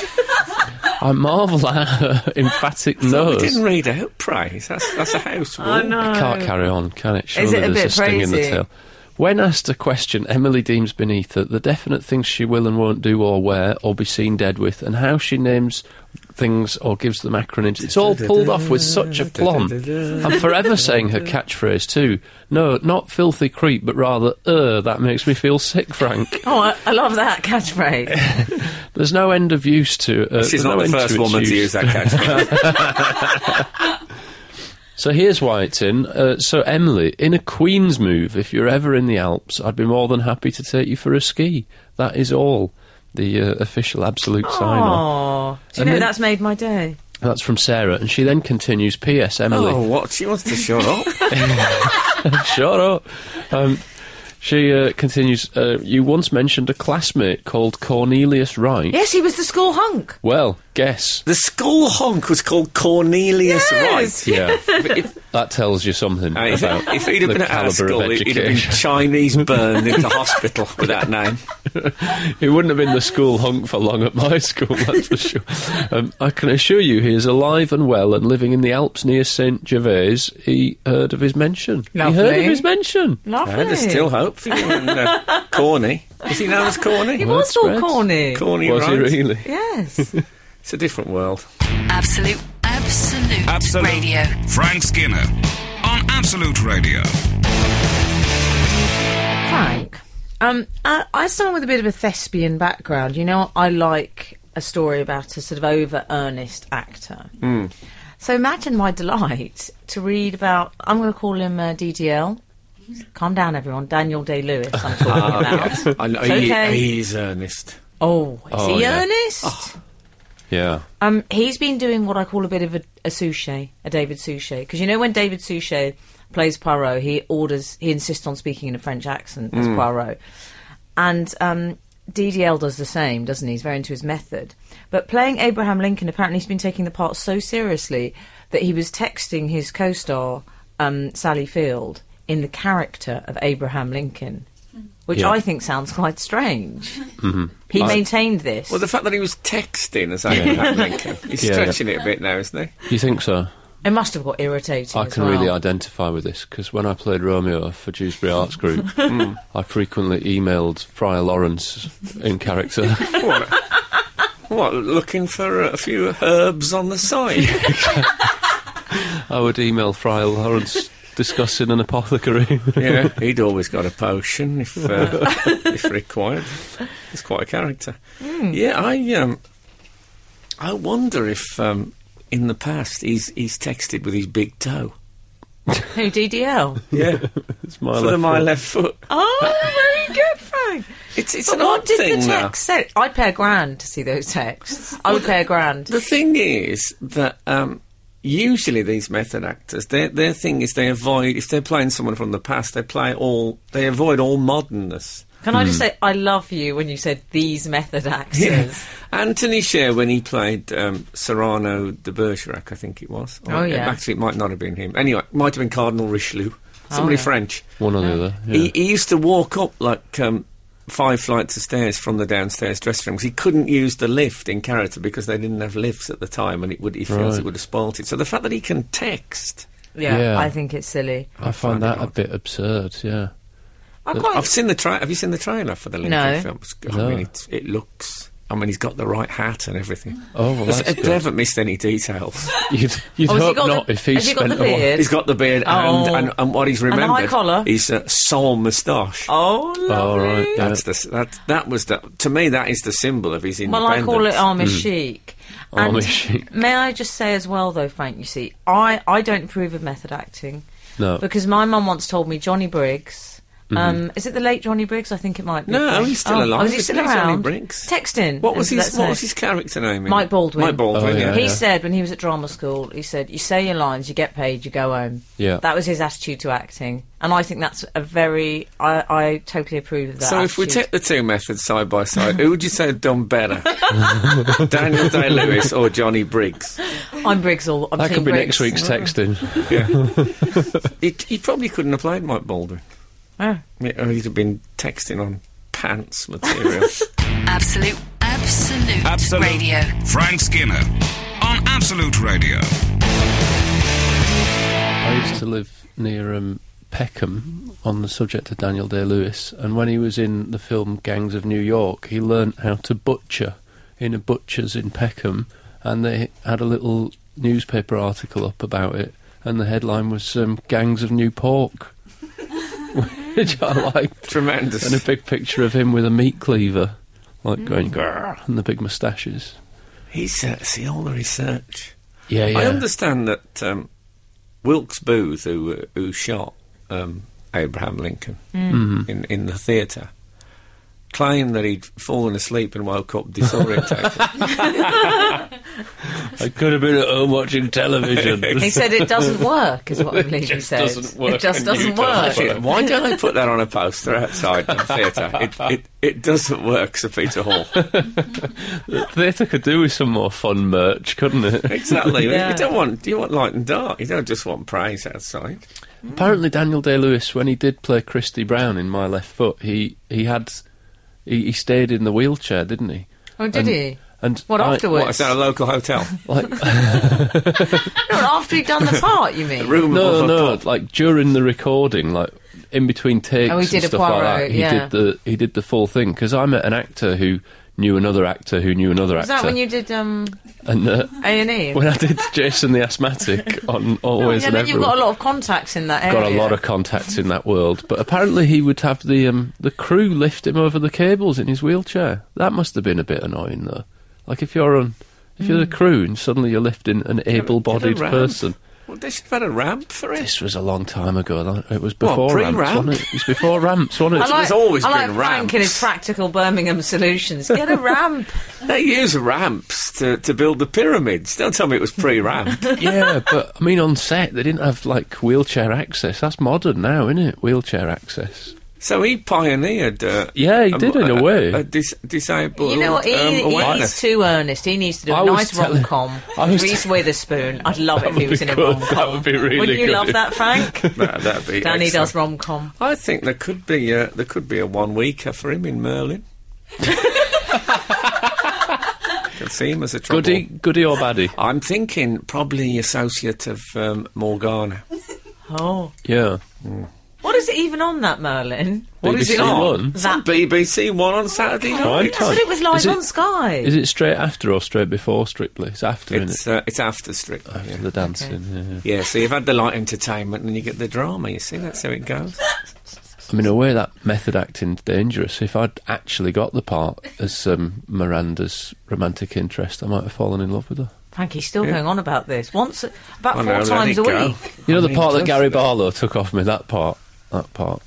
I marvel at her emphatic So we nose. didn't read out praise. That's that's a house rule. I know. It can't carry on, can it? Surely it a there's bit a sting in the crazy? tail. When asked a question, Emily deems beneath her the definite things she will and won't do or wear or be seen dead with, and how she names things or gives them acronyms. It's all pulled off with such aplomb. I'm forever saying her catchphrase too. No, not filthy creep, but rather, er, that makes me feel sick, Frank. Oh, I, I love that catchphrase. There's no end of use to. Uh, She's there's not no the end first its woman to use. use that catchphrase. So here's why it's in. Uh, so Emily, in a Queen's move, if you're ever in the Alps, I'd be more than happy to take you for a ski. That is all. The uh, official absolute sign off. Oh, do you And know then- that's made my day. That's from Sarah, and she then continues. P.S. Emily, oh, what? She wants to shut up. shut up. Um, she uh, continues. Uh, you once mentioned a classmate called Cornelius Wright. Yes, he was the school hunk. Well, guess. The school honk was called Cornelius Yes. Wright. Yeah, If, that tells you something uh, if, about if he'd have the been at our caliber school, of he'd have been education. Chinese burned into hospital with that name. He wouldn't have been the school hunk for long at my school, that's for sure. Um, I can assure you he is alive and well and living in the Alps near St. Gervais. He heard of his mention. Lovely. He heard of his mention. Lovely. Uh, there's still hope for you and uh, Corny. Is he known as Corny? he was all spreads. corny. Corny Was he Wright. really? Yes. It's a different world. Absolute, absolute, Absolute. radio. Frank Skinner on Absolute Radio. Frank, um, I, I someone with a bit of a thespian background. You know, I like a story about a sort of over earnest actor. Hmm. So imagine my delight to read about. I'm going to call him uh, DDL. Calm down, everyone. Daniel Day Lewis. I'm Oh, talking about. I know, It's okay. he's earnest. Oh, is Oh, he yeah. earnest? Yeah. Um, he's been doing what I call a bit of a, a Suchet, a David Suchet, because you know when David Suchet plays Poirot, he orders, he insists on speaking in a French accent Mm. as Poirot, and um, DDL does the same, doesn't he? He's very into his method. But playing Abraham Lincoln, apparently he's been taking the part so seriously that he was texting his co-star um, Sally Field in the character of Abraham Lincoln, which Yeah. Mm-hmm. I think sounds quite strange. He maintained this. Well, the fact that he was texting as Abraham Lincoln, he's Yeah, stretching it a bit now, isn't he? You think so? it must have got irritating. I as can well. really identify with this because when I played Romeo for Dewsbury Arts Group, I frequently emailed Friar Lawrence in character. What? what looking for a few herbs on the side? I would email Friar Lawrence discussing an apothecary. yeah, he'd always got a potion if uh, if required. He's quite a character. Hmm. Yeah, I um, I wonder if um, in the past he's he's texted with his big toe. Who DDL? Yeah, it's my for the left my foot. left foot. Oh, very good, Frank. It's, it's But an what odd did thing the now. text say? I'd pay a grand to see those texts. I would pay a grand. The thing is that um, usually these method actors, their their thing is they avoid if they're playing someone from the past, they play all they avoid all modernness. Can I just say, I love you when you said these method actors. Anthony Sher when he played um, Serrano de Bergerac, I think it was. Or Oh, it- yeah. actually, it might not have been him. Anyway, it might have been Cardinal Richelieu, somebody Oh, yeah. French. One or the other. yeah. He, he used to walk up like um, five flights of stairs from the downstairs dressing room 'cause he couldn't use the lift in character because they didn't have lifts at the time, and it would he feels Right. it would have spoilt it. So the fact that he can text, Yeah, Yeah. I think it's silly. I find find it that a odd. bit absurd. Yeah. I quite, I've seen the tra- Have you seen the trailer for the Lincoln No. film? It's- I No. mean, it, it looks. I mean, he's got the right hat and everything. Oh, well, that's they good. haven't missed any details. You'd, you'd Oh, has he hope got the- not if he has he got spent the a while- beard? He's got the beard Oh. and, and, and what he's the high remembered. collar. Is a sole moustache. oh, Oh, lovely. right, yeah. That's the, s- that, that was the, to me, that is the symbol of his Well, I independence. call it Amish chic. And Amish Hmm. chic. May I just say as well, though, Frank, you see, I, I don't approve of method acting. No. Because my mum once told me Johnny Briggs. Um, is it the late Johnny Briggs? I think it might be. Mm-hmm. No, Frank. he's still Oh, alive. Oh, is he It's still late Johnny around? Briggs. Texting. What was and his let's What say- was his character name? in- Mike Baldwin. Mike Baldwin. Oh, yeah. yeah. He said when he was at drama school, he said, "You say your lines, you get paid, you go home." Yeah. that was his attitude to acting, and I think that's a very I, I totally approve of that. So if we attitude. take the two methods side by side, who would you say had done better, Daniel Day Lewis or Johnny Briggs? I'm Briggs all I'm That team could be next Briggs. week's texting. He, he probably couldn't have played Mike Baldwin. Oh. Yeah, or he'd have been texting on pants material. Absolute, absolute, Absolute. radio. Frank Skinner on Absolute Radio. I used to live near um, Peckham on the subject of Daniel Day Lewis, and when he was in the film Gangs of New York, he learnt how to butcher in a butcher's in Peckham, and they had a little newspaper article up about it, and the headline was um, "Gangs of New Pork," which I liked. Tremendous. and a big picture of him with a meat cleaver, like going grrr, and the big moustaches. He's uh, see all the research. Yeah, yeah. I understand that um, Wilkes Booth, who uh, who shot um, Abraham Lincoln Mm. in in the theatre, claimed that he'd fallen asleep and woke up disorientated. I could have been at home watching television. He said it doesn't work, is what I believe he just said. doesn't work it just and doesn't you don't work. work. Why don't they put that on a poster outside the theatre? It, it it doesn't work, Sir Peter Hall. Theatre could do with some more fun merch, couldn't it? Exactly. Yeah. You don't want you want light and dark. You don't just want praise outside. Apparently, Daniel Day Lewis, when he did play Christy Brown in My Left Foot, he he had he, he stayed in the wheelchair, didn't he? Oh, did And- he? And What I- afterwards? What is that? A local hotel? Like, No, after he'd done the part, you mean? Room no, above a no, pub. like during the recording, like in between takes Oh, he and did a stuff like Poirot, that. He yeah. did the he did the full thing because I met an actor who knew another actor who knew another Was actor. that when you did um, and uh, A and E? when I did Jason the Asthmatic on Always yeah, and then you've Everyone. got a lot of contacts in that area. got a lot of contacts in that world. But apparently, he would have the um, the crew lift him over the cables in his wheelchair. That must have been a bit annoying, though. Like if you're on, if you're the Hmm. crew and suddenly you're lifting an able-bodied Get a ramp. person. Well, they should have had a ramp for it. This was a long time ago. that- It was before pre-ramp? ramps, wasn't it? It was before ramps, wasn't I it? like, There's always I like been Frank and his ramps. practical Birmingham solutions. Get a ramp. They use ramps to, to build the pyramids. Don't tell me it was pre-ramp. yeah, but I mean, on set they didn't have like wheelchair access. That's modern now, isn't it? Wheelchair access. so he pioneered. Uh, Yeah, he did in a way. A, dis- disabled You know what? He, um, he's awareness. too earnest. He needs to do a I was nice telling- rom com. I was Reese Witherspoon. I'd love it if he would was be in a good. rom That com. would be really Wouldn't you good. love that, Frank? That- that'd be Danny excellent. does rom com. I think there could be a, there could be a one weeker for him in Merlin. Can see him as a trouble. Goody, goody or baddie? I'm thinking probably associate of um, Morgana. Oh. Yeah. What is it even on that, Merlin? What is BBC it on? One? It's on BBC One on Saturday Prime night. That's what it was live Is it- on Sky. Is it straight after or straight before Strictly? It's after, isn't it? It's, uh, it's after strip. After the dancing. Yeah. Yeah, so you've had the light entertainment and you get the drama, you see, that's how it goes. I mean, in a way, that method acting's dangerous. If I'd actually got the part as um, Miranda's romantic interest, I might have fallen in love with her. Frank, he's still going on about this. Once, about Oh, four no, let times it a go. week. You know, I the mean, part that close to Gary Barlow took off me. That part. That part.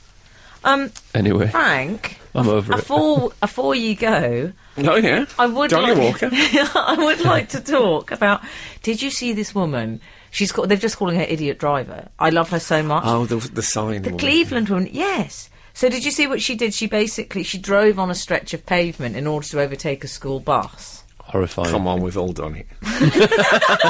Um, Anyway, Frank, I'm over it. Before, before you go, Oh yeah, I would Johnny like, Walker. I would like to talk about. Did you see this woman? She's called. They've just calling her idiot driver. I love her so much. Oh, the, the sign. the woman. Cleveland woman. Yes. So did you see what she did? She basically she drove on a stretch of pavement in order to overtake a school bus. Horrifying. Come on, we've all done it.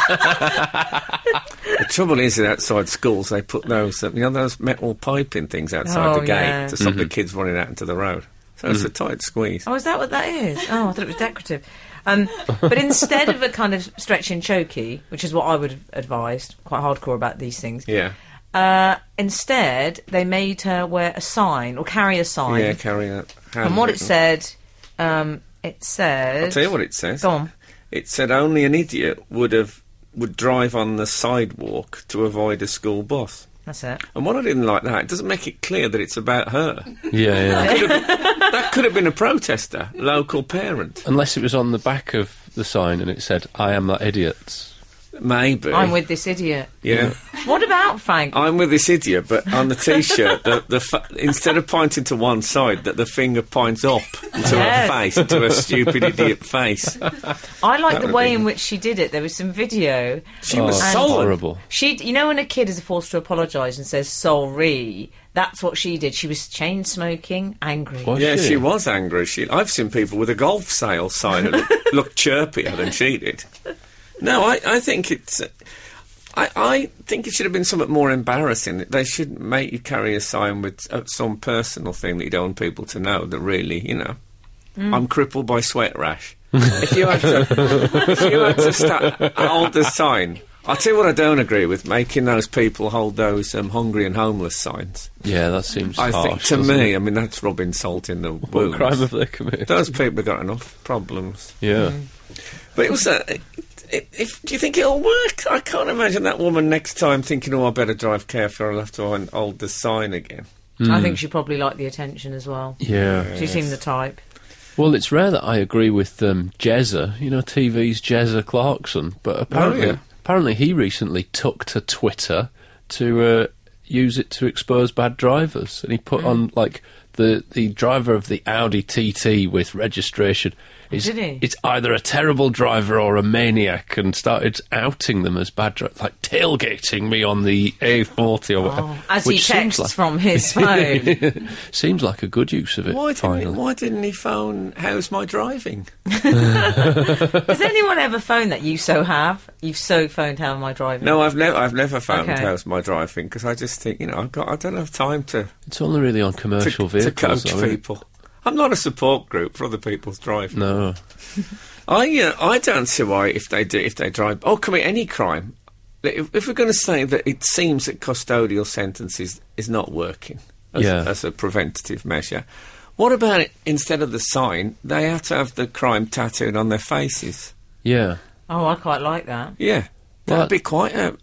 the trouble is that outside schools they put those uh, you know those metal piping things outside Oh, the gate yeah. to stop the kids running out into the road. So it's a tight squeeze. Oh, is that what that is? Oh, I thought it was decorative. Um, but instead of a kind of stretch and chokey, which is what I would have advised, quite hardcore about these things. Yeah. Uh, instead, they made her wear a sign or carry a sign. Yeah, carry that. and what it handwritten. said, um, it I'll said. tell you what it says. Go on. It said only an idiot would have would drive on the sidewalk to avoid a school bus. That's it. And what I didn't like that, it doesn't make it clear that it's about her. Yeah, yeah. that could have been a protester, local parent. Unless it was on the back of the sign and it said, I am that idiot. Maybe. I'm with this idiot. Yeah. What about Frank? I'm with this idiot, but on the T-shirt, the, the fa- instead of pointing to one side, that the finger points up to Yes. her face, to her stupid idiot face. I like that the would've way been- in which she did it. There was some video. She was And- sold. Oh, horrible. She, you know, when a kid is forced to apologise and says sorry, that's what she did. She was chain smoking, angry. Was Yeah, she? she was angry. She, I've seen people with a golf sale sign that look, look chirpier than she did. No, I, I think it's. uh, I, I think it should have been somewhat more embarrassing. They should make you carry a sign with uh, some personal thing that you don't want people to know that really, you know, I'm crippled by sweat rash. if you had to, if you had to sta hold the sign, I'll tell you what I don't agree with making those people hold those um, hungry and homeless signs. Yeah, that seems I think harsh, to doesn't me, it? I mean that's rubbing salt in the What wounds. crime have they committed? Those people have got enough problems. yeah. But it was a. It, it, if, do you think it'll work? I can't imagine that woman next time thinking, "Oh, I better drive careful. I'll have to un- hold the sign again." I think she probably liked the attention as well. Yeah. She seemed the type. Well, it's rare that I agree with um, Jezza, you know, TV's Jezza Clarkson, but apparently, yeah. apparently he recently took to Twitter to uh, use it to expose bad drivers, and he put on like the the driver of the Audi TT with registration. Is, Did he? It's either a terrible driver or a maniac, and started outing them as bad drivers, like tailgating me on the A40 or whatever. As he which seems texts from his phone. like, seems like a good use of it. Why didn't, he, finally. why didn't he phone? How's my driving? Has anyone ever phoned that you so have? You've so phoned how am I driving? No, I've never, I've never phoned Okay. how's my driving because I just think, you know, I've got, I don't have time to It's only really on to, commercial to vehicles. coach though, isn't it? people. I'm not a support group for other people's driving. No. I uh, I don't see why if they do if they drive or commit any crime. If, if we're going to say that it seems that custodial sentences is not working as, Yeah. as a preventative measure, what about it, instead of the sign they have to have the crime tattooed on their faces? Yeah. Oh, I quite like that. Yeah, that'd Well, be quite a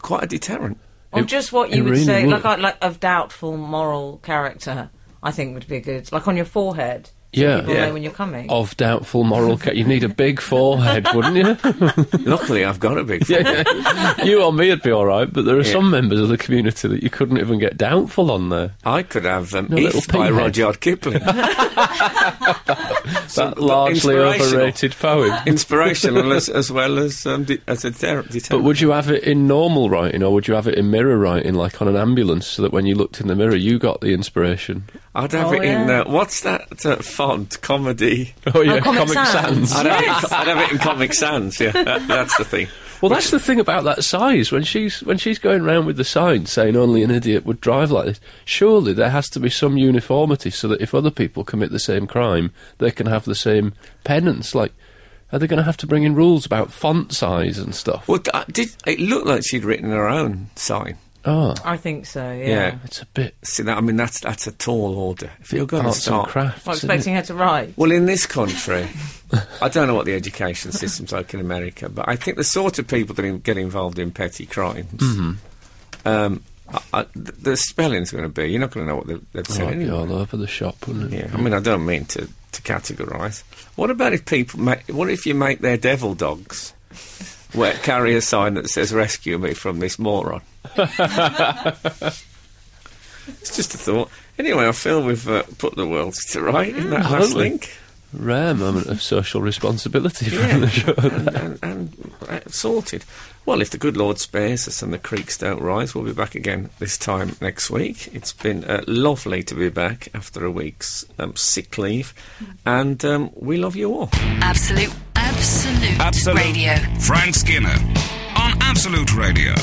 quite a deterrent. Or It- just what you it would really say, would. like, like like of doubtful moral character. I think would be good, like on your forehead. so Yeah. Oh. people Yeah. know when you're coming. Of doubtful moral ca- You need a big forehead, wouldn't you? Luckily, I've got a big. yeah, yeah. You or me would be all right, but there are Yeah. some members of the community that you couldn't even get doubtful on there. I could have um, No, little if by pinhead. Rudyard Kipling. Some- That largely inspirational. overrated poem. Inspirational as, as well as um, de- as a deter- deterrent. But would you have it in normal writing or would you have it in mirror writing, like on an ambulance, so that when you looked in the mirror, you got the inspiration? I'd have Oh, it in yeah. uh, what's that uh, font comedy? Oh, yeah, Comic Sans. I'd, have it, I'd have it in Comic Sans. Yeah, that, that's the thing. Well, that's the thing about that size. When she's when she's going round with the sign saying only an idiot would drive like this, surely there has to be some uniformity so that if other people commit the same crime, they can have the same penance. Like, are they going to have to bring in rules about font size and stuff? Well, uh, did it looked like she'd written her own sign? Oh, I think so. Yeah. Yeah. it's a bit See, that, I mean, that's that's a tall order. If you're going to arts and start, crafts. isn't I'm it? expecting her to write. well, in this country, I don't know what the education system's like in America, but I think the sort of people that in- get involved in petty crimes, um, I, I, the, the spelling's going to be. You're not going to know what they've, they've It said. might be anyway. Oh, all over the shop, wouldn't it? Yeah, I mean, I don't mean to, to categorise. What about if people make? What if you make their devil dogs? Where carry a sign that says "Rescue me from this moron." it's just a thought. Anyway, I feel we've uh, put the world to right in that last Absolutely. link. Rare moment of social responsibility from Yeah. the show. and, and, and uh, sorted. Well, if the good Lord spares us and the creeks don't rise, we'll be back again this time next week. It's been uh, lovely to be back after a week's um, sick leave, and um, we love you all. Absolute, absolute, Absolute. radio. Frank Skinner on Absolute Radio.